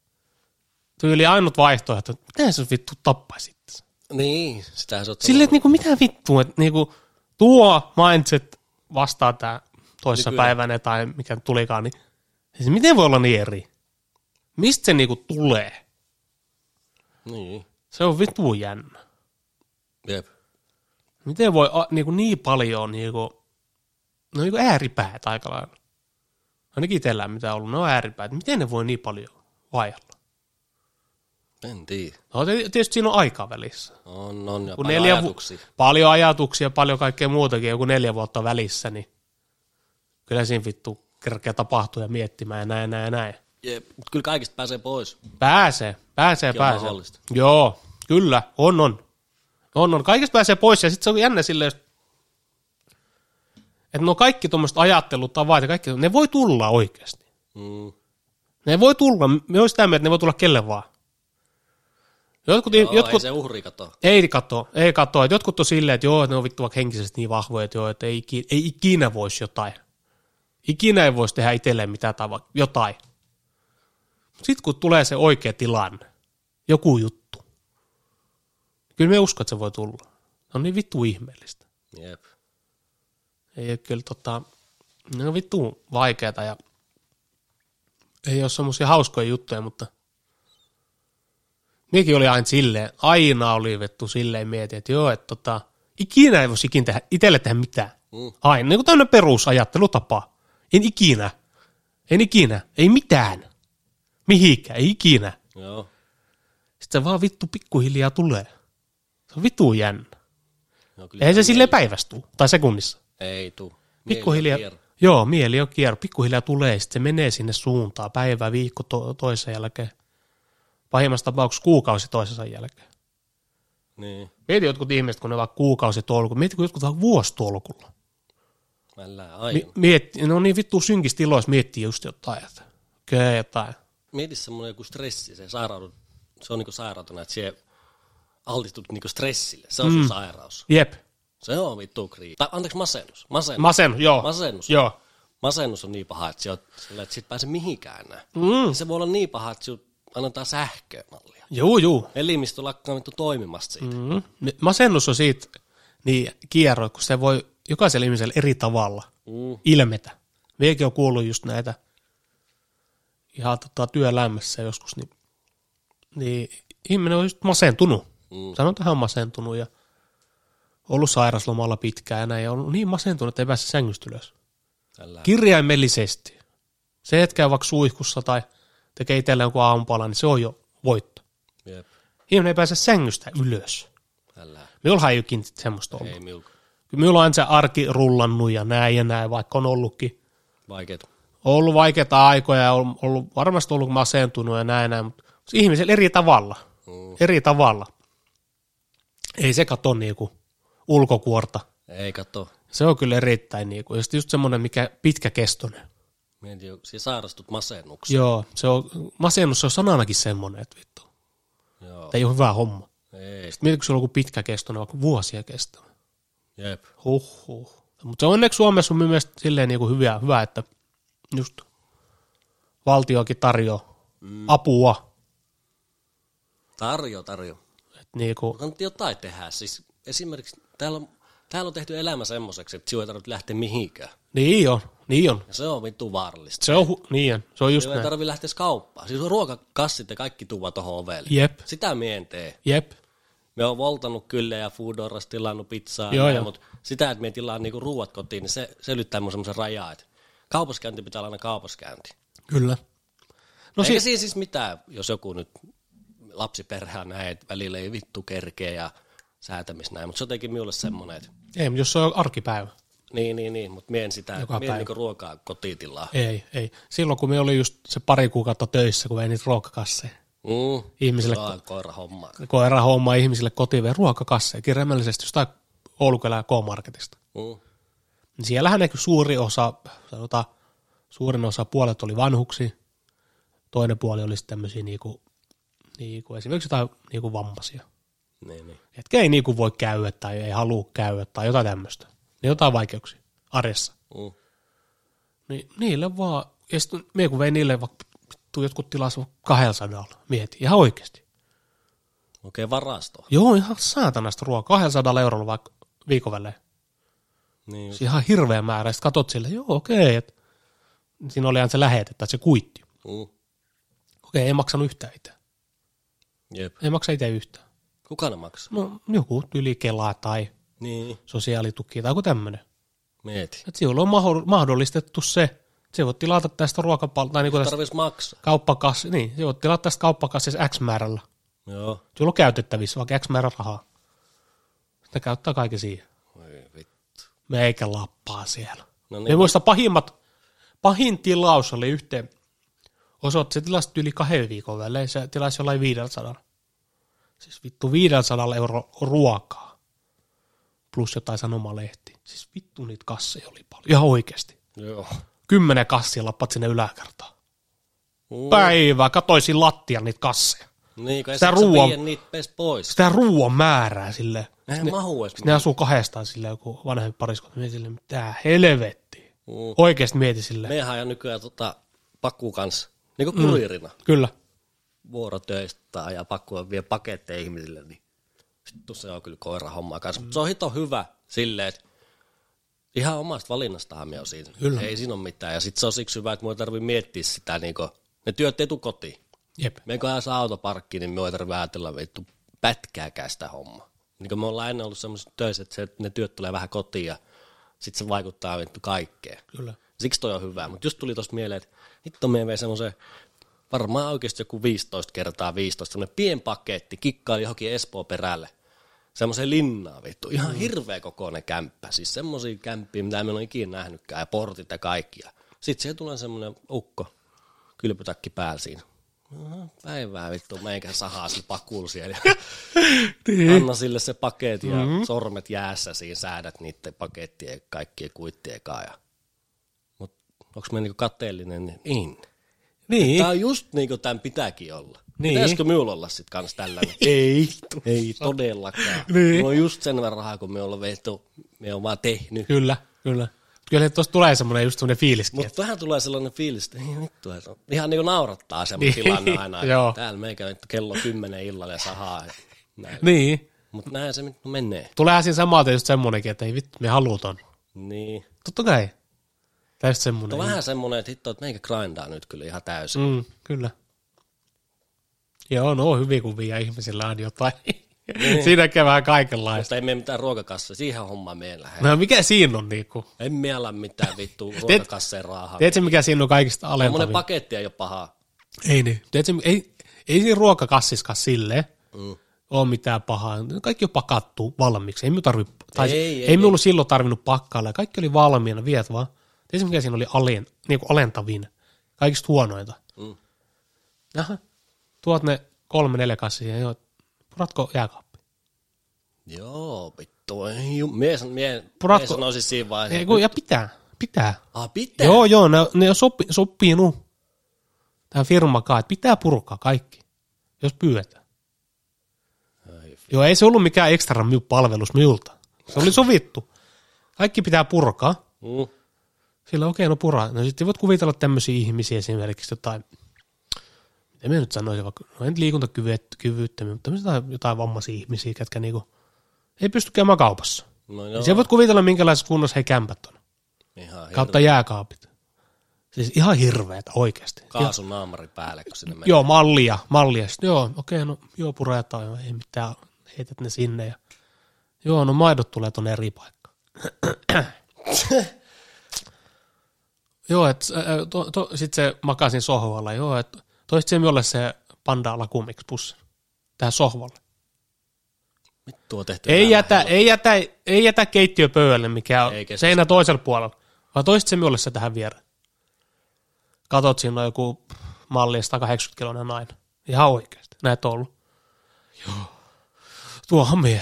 Speaker 1: tyyli ainut vaihtoehto, että miten sä vittu tappaisit itsensä?
Speaker 2: Niin, sitähän se on
Speaker 1: Silleen, että niinku, mitä vittu, että niinku, tuo mindset vastaa tämä toissapäivänä tai mikä tulikaan, niin siis miten voi olla niin eri? Mistä se niinku tulee?
Speaker 2: Niin.
Speaker 1: Se on vitu jännä.
Speaker 2: Jep.
Speaker 1: Miten voi a, niin, kuin niin paljon niin kuin, no niin kuin ääripäät aika lailla. Ainakin itsellään mitä on ollut, ne on ääripäät. Miten ne voi niin paljon vaihella?
Speaker 2: En tiedä.
Speaker 1: No te- tietysti siinä on aika välissä.
Speaker 2: On, on. Ja
Speaker 1: Kun
Speaker 2: paljon
Speaker 1: neljä vu-
Speaker 2: ajatuksia.
Speaker 1: paljon ajatuksia, paljon kaikkea muutakin, joku neljä vuotta välissä, niin kyllä siinä vittu kerkeä tapahtuu ja miettimään ja näin, näin, näin.
Speaker 2: Jep, mutta kyllä kaikista pääsee pois.
Speaker 1: Pääsee, pääsee,
Speaker 2: Sekin on
Speaker 1: pääsee.
Speaker 2: mahdollista.
Speaker 1: Joo, kyllä, on, on. On, on. Kaikesta pääsee pois ja sitten se on jännä silleen, jos- että no kaikki tuommoiset ajattelutavat ja kaikki, ne voi tulla oikeasti.
Speaker 2: Mm.
Speaker 1: Ne voi tulla, me olisi sitä mieltä, että ne voi tulla kelle vaan. Jotkut,
Speaker 2: Joo, Niin, jotkut... ei
Speaker 1: jotkut
Speaker 2: se uhri kato.
Speaker 1: ei kato, ei kato. Että jotkut on silleen, että joo, että ne on vittu vaikka henkisesti niin vahvoja, että joo, että ei, iki- ei ikinä voisi jotain. Ikinä ei voisi tehdä itselleen mitään tava, jotain. Sitten kun tulee se oikea tilanne, joku juttu. Kyllä me uskon, että se voi tulla. Se on niin vittu ihmeellistä.
Speaker 2: Jep.
Speaker 1: Ei ole kyllä tota, ne on vittu vaikeata ja ei ole semmoisia hauskoja juttuja, mutta Miekin oli aina silleen, aina oli vettu silleen mietin, että joo, että tota, ikinä ei voisi ikinä tehdä, itselle tehdä mitään.
Speaker 2: Mm.
Speaker 1: Aina, niin kuin tämmöinen perusajattelutapa. En ikinä, en ikinä, ei mitään, mihinkään, ei ikinä.
Speaker 2: Joo.
Speaker 1: Sitten se vaan vittu pikkuhiljaa tulee. Se on vittu jännä.
Speaker 2: No, kyllä
Speaker 1: Ei se silleen päivästä tuu, tai sekunnissa.
Speaker 2: Ei tuu. Mieli
Speaker 1: Pikkuhiljaa,
Speaker 2: on kierre.
Speaker 1: joo, mieli on kierro. Pikkuhiljaa tulee, sitten se menee sinne suuntaan, päivä, viikko to- toisen jälkeen. Pahimmassa tapauksessa kuukausi toisensa jälkeen.
Speaker 2: Niin.
Speaker 1: Mieti jotkut ihmiset, kun ne vaikka kuukausi tolkulla, mieti kun jotkut vaikka vuosi tolkulla.
Speaker 2: Älä aina.
Speaker 1: Mi- mietti, no niin vittu synkissä tiloissa miettii just jotain, että okei okay, jotain.
Speaker 2: Mieti semmoinen joku stressi, se sairaudut, se on niinku sairautena, että se altistut niinku stressille. Se on mm. sun sairaus.
Speaker 1: Jep,
Speaker 2: Se on vittu kriisi. Tai anteeksi, masennus. Masennus.
Speaker 1: masennus, joo.
Speaker 2: Masennus.
Speaker 1: Joo,
Speaker 2: masennus on niin paha, että, se on, sillä, että sit pääse mihinkään enää.
Speaker 1: mm.
Speaker 2: Ja Se voi olla niin paha, että sinut annetaan sähkömallia.
Speaker 1: juu, juu.
Speaker 2: Elimistö lakkaa vittu toimimasta siitä. Mm.
Speaker 1: Mm. Masennus on siitä niin kierro, kun se voi jokaisella ihmisellä eri tavalla –
Speaker 2: Mm.
Speaker 1: ilmetä. Meikin on kuullut just näitä ihan tota, työelämässä joskus, niin, niin ihminen on just masentunut.
Speaker 2: Mm.
Speaker 1: Mm. Sanotaan masentunut ja ollut sairaslomalla pitkään ja näin, ja on niin masentunut, että ei pääse sängystä ylös.
Speaker 2: Tällä.
Speaker 1: Kirjaimellisesti. Se, että käy vaikka suihkussa tai tekee itselleen jonkun aamupala, niin se on jo voitto.
Speaker 2: Jep.
Speaker 1: Ihminen ei pääse sängystä ylös.
Speaker 2: Tällä.
Speaker 1: Minullahan ei ole kiinni semmoista ollut.
Speaker 2: Ei miuk.
Speaker 1: Kyllä minulla on aina se arki rullannut ja näin ja näin, vaikka on ollutkin
Speaker 2: Vaikeet.
Speaker 1: on ollut vaikeita aikoja ja on ollut, varmasti ollut masentunut ja näin, ja näin mutta ihmisellä eri tavalla.
Speaker 2: Mm.
Speaker 1: Eri tavalla. Ei se kato niinku ulkokuorta.
Speaker 2: Ei katso.
Speaker 1: Se on kyllä erittäin niinku, ja sit just semmoinen, mikä pitkäkestoinen.
Speaker 2: Mieti, jo- siis sairastut masennuksi.
Speaker 1: Joo, se on, masennus on sananakin semmoinen, että vittu,
Speaker 2: Joo.
Speaker 1: että ei ole hyvä homma.
Speaker 2: Ei.
Speaker 1: Sitten mieti, kun se on joku pitkäkestoinen, vaikka vuosia kestävä.
Speaker 2: Jep.
Speaker 1: Huhhuh. Mutta se on onneksi Suomessa on mielestäni silleen niinku hyvä, hyvä, että just valtiokin tarjoaa mm. apua.
Speaker 2: Tarjo, tarjo.
Speaker 1: Et niinku,
Speaker 2: Kannattaa jotain tehdä. Siis esimerkiksi täällä on, täällä on tehty elämä semmoiseksi, että sinua ei tarvitse lähteä mihinkään.
Speaker 1: Niin on, niin on.
Speaker 2: Ja se on vittu vaarallista.
Speaker 1: Se on, hu- niin on, se on just
Speaker 2: Sinua ei
Speaker 1: näin.
Speaker 2: tarvitse lähteä edes kauppaan. Siis on ruokakassit ja kaikki tuva tuohon ovelle.
Speaker 1: Jep,
Speaker 2: Sitä mie en tee.
Speaker 1: jep,
Speaker 2: Me on voltanut kyllä ja Foodoras tilannut pizzaa,
Speaker 1: Joo,
Speaker 2: joo, näin,
Speaker 1: joo.
Speaker 2: mutta sitä, että me tilaan niinku ruuat kotiin, niin se, se ylittää mun semmoisen rajaa, että kaupaskäynti pitää olla aina kaupaskäynti.
Speaker 1: kyllä. No
Speaker 2: No Eikä si-
Speaker 1: siis,
Speaker 2: siinä siis mitään, jos joku nyt lapsiperhe on näin, että välillä ei vittu kerkeä ja säätämis näin, mutta se on jotenkin minulle semmoinen, että
Speaker 1: ei, mutta jos se on arkipäivä.
Speaker 2: niin, niin, niin, mutta mie en sitä,
Speaker 1: Joka
Speaker 2: mie en
Speaker 1: päivä.
Speaker 2: niinku ruokaa kotiin tilaa.
Speaker 1: Ei, ei. Silloin kun me oli just se pari kuukautta töissä, kun vei niitä ruokakasseja.
Speaker 2: Mm.
Speaker 1: Ihmisille,
Speaker 2: Joo, koira hommaa.
Speaker 1: koira hommaa ihmisille kotiin vei ruokakasseja, kirjaimellisesti jostain Oulukylän K-Marketista.
Speaker 2: Mm.
Speaker 1: Niin siellähän näkyy suuri osa, sanotaan, suurin osa puolet oli vanhuksi, toinen puoli oli sitten tämmöisiä niinku, niinku, esimerkiksi jotain niinku vammaisia.
Speaker 2: Niin, niin.
Speaker 1: ketkä ei niinku voi käydä tai ei halua käydä tai jotain tämmöistä. Ne jotain vaikeuksia arjessa.
Speaker 2: Mm.
Speaker 1: Niin niille vaan, ja sitten me kun vei niille vaikka vittu jotkut tilas 200, mieti, ihan oikeasti.
Speaker 2: Okei, okay, varasto.
Speaker 1: Joo, ihan saatanasta ruokaa, 200 eurolla vaikka viikon välein.
Speaker 2: Niin,
Speaker 1: Se ihan hirveä määrä, sitten katot sille, joo okei, okay, et siinä oli aina se lähete tai se kuitti.
Speaker 2: mm.
Speaker 1: Okei, ei maksanut yhtään itse.
Speaker 2: jep.
Speaker 1: Ei maksa itse yhtään.
Speaker 2: Kuka ne maksaa?
Speaker 1: No joku yli Kela tai
Speaker 2: Niin,
Speaker 1: sosiaalituki tai joku tämmöinen.
Speaker 2: mieti.
Speaker 1: Et sinulle on maho- mahdollistettu se, että sä voit tilata tästä ruokapalvelua, tai niinku tästä
Speaker 2: Tarvitsisi maksaa.
Speaker 1: kauppakassista, niin, sä voit tilata tästä kauppakassista X määrällä.
Speaker 2: Joo.
Speaker 1: Sulla on käytettävissä vaikka X määrä rahaa. Sitä käyttää kaikki siihen.
Speaker 2: Oi vittu.
Speaker 1: Meikä lappaa siellä.
Speaker 2: No
Speaker 1: Me
Speaker 2: niin,
Speaker 1: muista pahimmat, pahin tilaus oli yhteen osot, se tilasit yli kahden viikon välein, se tilasi jollain 500. Siis vittu 500 euro ruokaa. Plus jotain sanomalehti. Siis vittu niitä kasseja oli paljon. Ihan oikeasti.
Speaker 2: Joo.
Speaker 1: Kymmenen kassia lappat sinne yläkertaan.
Speaker 2: Mm.
Speaker 1: Päivää, katoisin lattia niitä kasseja.
Speaker 2: Niin, kun ei
Speaker 1: Sitä
Speaker 2: sä
Speaker 1: ruoan-
Speaker 2: ruoan... niitä pes pois.
Speaker 1: Sitä ruoan määrää sille.
Speaker 2: Nehän ne... mahu edes.
Speaker 1: Ne asuu kahdestaan sille joku vanhempi pariskunta. Mietin sille, mitä helvettiä.
Speaker 2: Mm.
Speaker 1: Oikeasti mietin sille.
Speaker 2: Mehän on jo nykyään tota, pakku kanssa. Niin kuin kuririna. Mm.
Speaker 1: Kyllä.
Speaker 2: Vuorotöistä ja pakku vie paketteja ihmisille. Niin. Vittu se on kyllä koirahommaa kanssa. Mm. Se on hito hyvä silleen, että ihan omasta valinnastahan me on siinä.
Speaker 1: Kyllä.
Speaker 2: Ei siinä ole mitään. Ja sitten se on siksi hyvä, että mua ei tarvitse miettiä sitä. Niin kuin, ne työt ei tuu kotiin.
Speaker 1: Jep.
Speaker 2: Meikö ajas autoparkkiin, niin me ei tarvitse ajatella vittu pätkääkään sitä hommaa. Niin kuin me ollaan ennen ollut semmoiset töissä, että se, että ne työt tulee vähän kotiin ja sitten se vaikuttaa vittu kaikkeen.
Speaker 1: Kyllä.
Speaker 2: Siksi toi on hyvä, mutta just tuli tuosta mieleen, että hitto me vei semmoisen varmaan oikeasti joku 15 kertaa 15, semmoinen pien paketti, kikkaili johonkin Espoo perälle, semmoiseen linnaan vittu, ihan hirveä kokoinen kämppä, siis semmoisia kämppiä, mitä me en ole ikinä nähnytkään, ja portit ja kaikkia. Sitten siihen tulee semmoinen ukko, kylpytakki päällä siinä. Aha, Päivää vittu, meikä sahaa sillä pakulla siellä. Anna sille se paketti ja mm-hmm. sormet jäässä siinä säädät niiden pakettien ja kaikkien kuittien kanssa. ja mutta onko mä niinku kateellinen? Niin. niin.
Speaker 1: Niin.
Speaker 2: Tämä on just niin kuin tämän pitääkin olla.
Speaker 1: Niin.
Speaker 2: Niin. Pitäisikö minulla olla sitten kans tällainen?
Speaker 1: Ei.
Speaker 2: Ei todellakaan.
Speaker 1: Niin.
Speaker 2: Mulla on just sen verran rahaa, kun me ollaan vettu, me on vaan tehnyt.
Speaker 1: Kyllä, kyllä. Kyllä tuossa tulee semmoinen just semmoinen fiiliskin.
Speaker 2: Mutta vähän tulee sellainen fiilis, että ei vittu, että on- ihan niin kuin naurattaa semmoinen
Speaker 1: Niin.
Speaker 2: tilanne aina. että
Speaker 1: Joo.
Speaker 2: Täällä meikä vittu kello 10 illalla ja sahaa. Näin.
Speaker 1: Niin.
Speaker 2: Mutta näin se vittu menee.
Speaker 1: Tuleehan siinä samalta just semmoinenkin, että ei vittu, me haluton.
Speaker 2: Niin.
Speaker 1: Totta kai. Tai just
Speaker 2: On
Speaker 1: semmoinen.
Speaker 2: vähän semmoinen, että hitto, että meikä grindaa nyt kyllä ihan täysin.
Speaker 1: Mm, kyllä. Joo, no on hyviä kuvia, ihmisillä on jotain. siinä näkee vähän kaikenlaista.
Speaker 2: Mutta ei meidän mitään ruokakassa, siihen hommaan meidän lähde.
Speaker 1: No mikä siinä on niinku?
Speaker 2: En me ala mitään vittu ruokakasseen raahaa.
Speaker 1: Tiedätkö mikä siinä on kaikista
Speaker 2: Semmoinen
Speaker 1: alentavin?
Speaker 2: paketti ei ole pahaa.
Speaker 1: ei niin. Tiedätkö, ei, ei siinä ruokakassiskaan silleen
Speaker 2: Mm.
Speaker 1: ole mitään pahaa. Kaikki on pakattu valmiiksi. Ei me tarvi, tai ei,
Speaker 2: Ei,
Speaker 1: ei,
Speaker 2: ei,
Speaker 1: ei, me ollut silloin tarvinnut pakkailla. Kaikki oli valmiina, viet vaan. Tiedätkö mikä siinä oli alen, niin kuin alentavin? Kaikista huonoita.
Speaker 2: Mm.
Speaker 1: Aha. Tuot ne kolme, neljä kassia. Joo. Puratko jääkaappi?
Speaker 2: Joo, vittu. ei ju- Mie, san- mie,
Speaker 1: Puratko-
Speaker 2: mie sanoisin siinä vaiheessa.
Speaker 1: Ei, kun, ja pitää. Pitää.
Speaker 2: Ah, pitää?
Speaker 1: Joo, joo, ne, ne on sopi, sopinut tähän firmakaan, että pitää purkaa kaikki, jos pyydetään.
Speaker 2: Ai vi-
Speaker 1: Joo, ei se ollut mikään ekstra myy palvelus myyltä. Se oli sovittu. Kaikki pitää purkaa.
Speaker 2: Mm.
Speaker 1: Sillä okei, okay, no puraa. No sitten voit kuvitella tämmöisiä ihmisiä esimerkiksi jotain, miten mä nyt sanoisin, vaikka no en liikuntakyvyttömiä, mutta tämmöisiä jotain, jotain vammaisia ihmisiä, ketkä niinku, ei pysty käymään kaupassa.
Speaker 2: No
Speaker 1: No.
Speaker 2: joo.
Speaker 1: Se voit kuvitella, minkälaisessa kunnossa he kämpät on.
Speaker 2: Ihan
Speaker 1: Kautta jääkaapit. Siis ihan hirveetä oikeasti.
Speaker 2: kaasun naamari päälle, kun sinne menee.
Speaker 1: Joo, mallia, mallia. Sitten, joo, okei, no joo, puretaan, joo, ei mitään, heität ne sinne. Ja, joo, no maidot tulee tuonne eri paikkaan. joo, et, ä, to, to, sit se makasin sohvalla, joo, et toisit se jolle se panda lakumiksi pussin tähän sohvalle.
Speaker 2: Vittu on tehty.
Speaker 1: Ei
Speaker 2: elämä.
Speaker 1: jätä, ei, jätä, ei jätä keittiöpöydälle, mikä on
Speaker 2: Ei kestä
Speaker 1: seinä toisella puolella, vaan toisit se jolle se tähän viereen. Katot, siinä on joku malli 180-kiloinen nainen. Ihan oikeasti. Näet on ollut. Joo. Tuohan mie.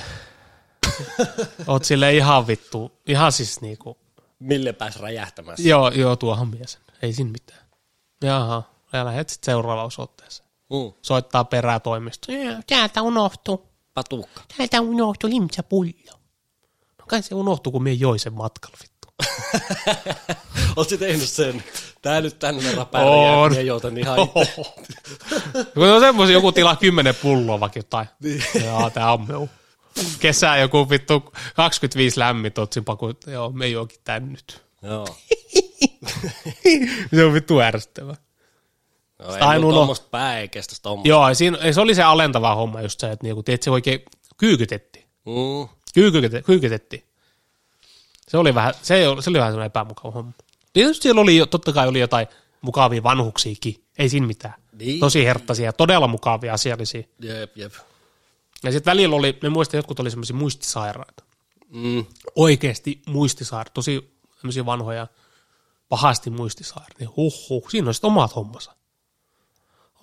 Speaker 1: Oot sille ihan vittu. Ihan siis niinku.
Speaker 2: Mille pääs räjähtämässä?
Speaker 1: Joo, joo, tuohan mie sen. Ei siinä mitään. Jaha. Ja lähet sitten seuraavaan osoitteeseen.
Speaker 2: Mm.
Speaker 1: Soittaa perätoimisto. Joo, Täältä unohtuu.
Speaker 2: Patukka.
Speaker 1: Täältä unohtui limsapullo. No kai se unohtui, kun mie join sen matkalla vittu.
Speaker 2: Oot sä tehnyt sen? Tää nyt tän verran pärjää,
Speaker 1: On.
Speaker 2: on. ei joutan ihan itse.
Speaker 1: Kun on semmoisia, joku tilaa kymmenen pulloa vaikka jotain. Niin. Joo, tää on meu. Kesää joku vittu 25 lämmin totsin paku, joo, me juokin tän nyt.
Speaker 2: Joo. No,
Speaker 1: se on vittu ärsyttävää.
Speaker 2: No,
Speaker 1: Aina
Speaker 2: ei mun
Speaker 1: uno-
Speaker 2: tommosta pää ei kestä tommosta.
Speaker 1: Joo, ja siinä, se oli se alentava homma just se, että niinku, tiedät, se oikein kyykytettiin.
Speaker 2: Mm.
Speaker 1: Kyykytet, kyykytettiin. Se oli vähän, se, oli, se oli vähän semmoinen epämukava homma. Tietysti siellä oli, jo- totta kai oli jotain mukavia vanhuksiakin, ei siinä mitään.
Speaker 2: Niin.
Speaker 1: Tosi herttaisia, todella mukavia asiallisia.
Speaker 2: Jep, jep.
Speaker 1: Ja sitten välillä oli, me muistan, jotkut oli semmoisia muistisairaita.
Speaker 2: Mm.
Speaker 1: Oikeasti muistisairaita, tosi semmoisia vanhoja, pahasti muistisairaita. Niin Huh, huh, siinä on sitten omat hommansa.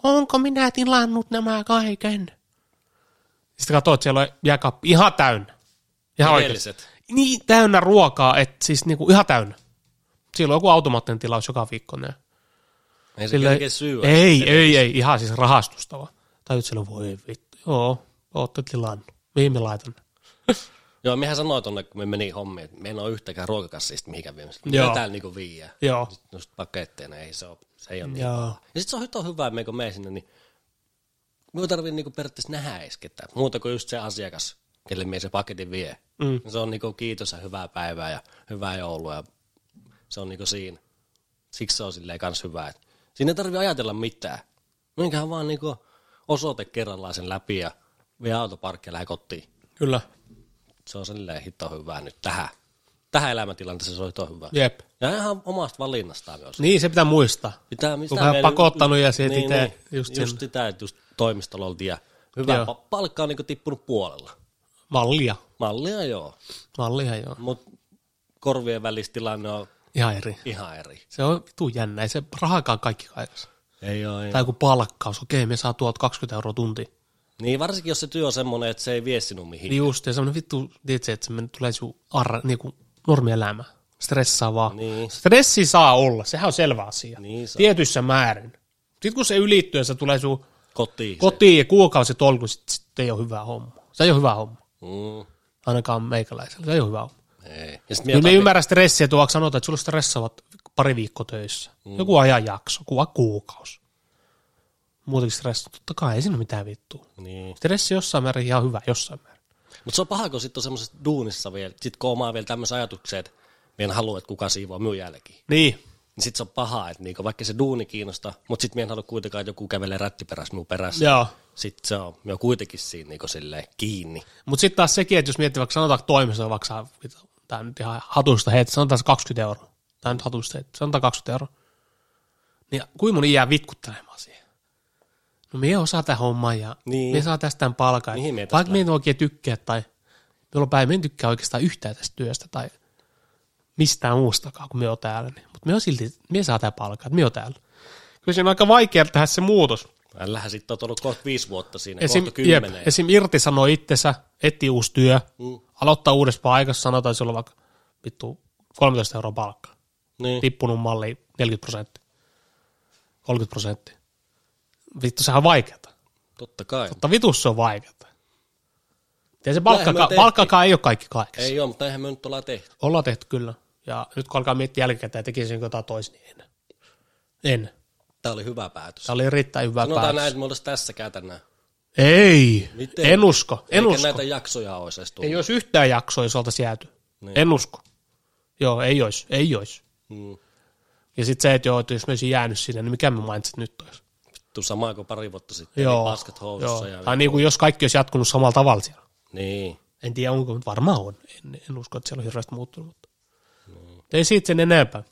Speaker 1: onko minä tilannut nämä kaiken? Sitten katsoit, siellä on jääkaappi ihan täynnä. Ihan oikeasti.
Speaker 2: Edelliset.
Speaker 1: Niin täynnä ruokaa, että siis niinku ihan täynnä. Siellä on joku automaattinen tilaus joka viikko. Ne.
Speaker 2: Ei se
Speaker 1: Sillä-
Speaker 2: kerkeä syyä.
Speaker 1: ei, ei, ei, ihan siis rahastustava. Tai nyt siellä voi vittu, joo, ootte tilannut. Mihin me laitan?
Speaker 2: Joo, mehän sanoi tuonne, kun me meni hommiin, että me ei ole yhtäkään ruokakassista mihinkään viemässä. Mitä
Speaker 1: Joo.
Speaker 2: täällä niinku viiää?
Speaker 1: Joo.
Speaker 2: Sitten just paketteina, ei se ole, se ei ole niin.
Speaker 1: Joo.
Speaker 2: Ja sitten se on hyvin hyvä, että me kun menee sinne, niin me ei tarvitse niinku periaatteessa nähdä edes ketään. Muuta kuin just se asiakas, kelle me se paketin vie.
Speaker 1: Mm.
Speaker 2: Se on niinku kiitos ja hyvää päivää ja hyvää joulua ja se on niinku siinä. Siksi se on silleen kans hyvä. että siinä ei tarvitse ajatella mitään. Minkähän vaan niinku osoite kerrallaan sen läpi ja vie autoparkki ja lähde kotiin
Speaker 1: Kyllä,
Speaker 2: se on silleen hitto hyvää nyt tähän. Tähän elämäntilanteeseen se on hitto hyvää.
Speaker 1: jep.
Speaker 2: Ja ihan omasta valinnastaan myös.
Speaker 1: Niin, se pitää muistaa.
Speaker 2: Pitää, mistä
Speaker 1: Kun vähän
Speaker 2: meidän-
Speaker 1: pakottanut ja se itse
Speaker 2: just,
Speaker 1: just
Speaker 2: just
Speaker 1: sinne.
Speaker 2: sitä, että just toimistolla oltiin ja hyvä
Speaker 1: Joo.
Speaker 2: pa- palkka on niinku tippunut puolella.
Speaker 1: Mallia.
Speaker 2: Mallia joo,
Speaker 1: Mallia, joo.
Speaker 2: mutta korvien välistilanne on
Speaker 1: Ihan eri.
Speaker 2: ihan eri.
Speaker 1: Se on vitu jännä. Ei se rahakaan kaikki kaikessa.
Speaker 2: Ei ole, ei.
Speaker 1: Tai joku palkkaus. Okei, me saa tuolta 20 euroa tunti.
Speaker 2: Niin varsinkin, jos se työ on semmoinen, että se ei vie sinun mihin.
Speaker 1: Niin just, ja semmoinen vittu, tiedätkö, että semmoinen tulee sun arra, niinku normielämä. Stressaavaa.
Speaker 2: Niin.
Speaker 1: Stressi saa olla, sehän on selvä asia.
Speaker 2: Niin se on.
Speaker 1: Tietyssä määrin. Sitten kun se ylittyy, Niin se tulee sun
Speaker 2: Kotiin. se.
Speaker 1: kotiin ja kuukausi tolku, sit, sit ei ole hyvä homma. Se ei ole hyvä homma.
Speaker 2: Mm,
Speaker 1: Ainakaan meikäläisellä, se ei ole hyvä homma.
Speaker 2: ei. Ja sit
Speaker 1: Kyllä me
Speaker 2: mietin-
Speaker 1: ymmärrän stressiä, tuo vaikka sanotaan, että sulla stressaavat pari viikkoa töissä. Mm. Joku ajanjakso, kuva kuukausi. Muutenkin stressa, totta kai ei siinä ole mitään vittua.
Speaker 2: Niin.
Speaker 1: Stressi jossain määrin ihan hyvä, jossain määrin.
Speaker 2: Mutta se on paha, kun sitten on semmoisessa duunissa vielä, sit kun omaa vielä tämmöisen ajatuksen, että minä en halua, että kuka siivoaa minun jälkiin.
Speaker 1: Niin,
Speaker 2: Niin sitten se on paha, että niinku, vaikka se duuni kiinnostaa, mutta sitten minä en halua kuitenkaan, että joku kävelee rättiperässä minun perässä.
Speaker 1: joo.
Speaker 2: Sitten se on, minä on kuitenkin siinä niinku, silleen, kiinni.
Speaker 1: Mutta sitten taas sekin, että jos miettii vaikka sanotaan toimistossa, vaikka saa, tämä nyt ihan hatusta heitä, sanotaan se 20 euroa. Tämä nyt hatusta heitä, sanotaan 20 euroa. Niin kuinka moni jää vitkuttelemaan siihen? No minä osaan tämän homman ja
Speaker 2: Niin.
Speaker 1: niin. minä saan tästä tämän palkan.
Speaker 2: Mihin mie tästä
Speaker 1: Vaikka minä en oikein tykkää tai jollain päin, minä en tykkää oikeastaan yhtään tästä työstä tai mistään muustakaan, kun minä olen täällä. Niin. Mutta minä on silti, minä saa tämän palkan, että minä olen täällä. Kyllä siinä on aika vaikea tehdä se muutos.
Speaker 2: Ällähän sitten on ollut kohta viisi vuotta siinä,
Speaker 1: Esim,
Speaker 2: kohta
Speaker 1: jep,
Speaker 2: kymmenen.
Speaker 1: esim irti sanoo itsensä, etti uusi työ, mm. aloittaa uudessa paikassa, sanotaan sulla vaikka vittu 13 euroa palkkaa.
Speaker 2: niin.
Speaker 1: Tippunut malli 40 prosenttia, 30 prosenttia. Vittu, sehän on vaikeata.
Speaker 2: Totta kai.
Speaker 1: Mutta vitussa on vaikeata. Ja se palkkaka,
Speaker 2: me tehtiin.
Speaker 1: palkkakaan ei ole kaikki kaikessa.
Speaker 2: Ei ole, mutta eihän me nyt ollaan tehty.
Speaker 1: Ollaan tehty kyllä. Ja nyt kun alkaa miettiä jälkikäteen, tekisinkö jotain toisin, niin en. En.
Speaker 2: Tämä oli hyvä päätös.
Speaker 1: Tämä oli erittäin hyvä
Speaker 2: Sanotaan näin,
Speaker 1: päätös.
Speaker 2: että me oltaisiin tässäkään tänään.
Speaker 1: Ei,
Speaker 2: Miten?
Speaker 1: en usko, en
Speaker 2: Eikä
Speaker 1: usko.
Speaker 2: näitä jaksoja olisi edes tullut.
Speaker 1: Ei olisi yhtään jaksoa, jos oltaisiin jääty.
Speaker 2: Niin.
Speaker 1: Niin. En usko. Joo, ei olisi, ei olisi.
Speaker 2: Mm.
Speaker 1: Ja sitten se, että joo, että jos me olisin jäänyt sinne, niin mikä me mainitsit nyt olisi?
Speaker 2: Vittu, samaa kuin pari vuotta sitten.
Speaker 1: joo.
Speaker 2: Joo. Niin paskat housussa.
Speaker 1: joo.
Speaker 2: Ja...
Speaker 1: Tai niin kuin jos kaikki olisi jatkunut samalla tavalla siellä.
Speaker 2: Niin.
Speaker 1: En tiedä onko, mutta varmaan on. En, en usko, että siellä on hirveästi muuttunut. Mutta. Ei siitä sen enempää.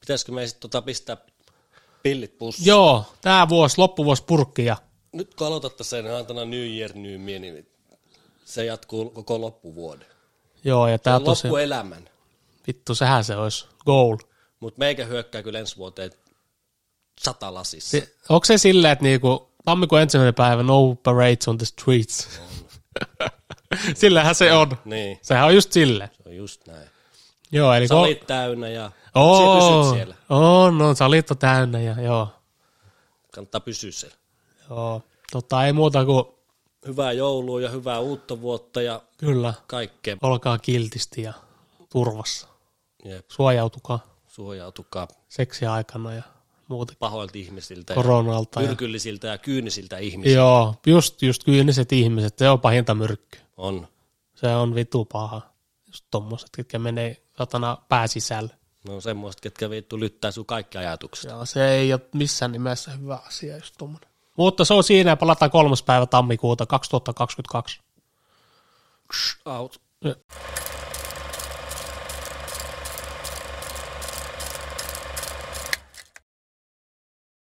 Speaker 2: Pitäisikö me sitten tota pistää pillit pussiin?
Speaker 1: Joo, tämä vuosi, loppuvuosi purkki ja
Speaker 2: Nyt kun aloitatte sen, niin antana New Year New Me, niin se jatkuu koko loppuvuoden.
Speaker 1: joo, ja tämä tosiaan,
Speaker 2: Loppuelämän.
Speaker 1: vittu, sehän se olisi goal.
Speaker 2: Mutta meikä hyökkää kyllä ensi vuoteen sata lasissa. Se,
Speaker 1: Se, onko se silleen, että niinku, tammikuun ensimmäinen päivä, no parades on the streets? Sillähän se on.
Speaker 2: niin,
Speaker 1: Sehän on just sille.
Speaker 2: se on just näin.
Speaker 1: Niin Joo, eli
Speaker 2: Salit täynnä ja se pysyt
Speaker 1: on,
Speaker 2: siellä.
Speaker 1: on, on, salit on täynnä ja joo.
Speaker 2: Kannattaa pysyä siellä.
Speaker 1: joo. Tota, ei muuta kuin
Speaker 2: Hyvää joulua ja hyvää uutta vuotta ja
Speaker 1: kyllä,
Speaker 2: kaikkea.
Speaker 1: olkaa kiltisti ja turvassa.
Speaker 2: Jep,
Speaker 1: Suojautukaa
Speaker 2: suojautukaa
Speaker 1: seksiä aikana ja muuta
Speaker 2: pahoilta ihmisiltä ja
Speaker 1: koronalta. Ja,
Speaker 2: myrkyllisiltä ja kyynisiltä ihmisiltä.
Speaker 1: joo, just, just kyyniset ihmiset, se on pahinta myrkky.
Speaker 2: On.
Speaker 1: Se on vitu paha. Just tommoset, ketkä menee satana pääsisälle.
Speaker 2: No semmoista, ketkä vittu lyttää sun kaikki ajatukset.
Speaker 1: Joo, se ei ole missään nimessä hyvä asia, just tommonen. Mutta se on siinä ja palataan kolmas päivä tammikuuta 2022.
Speaker 2: Out.
Speaker 1: Ja.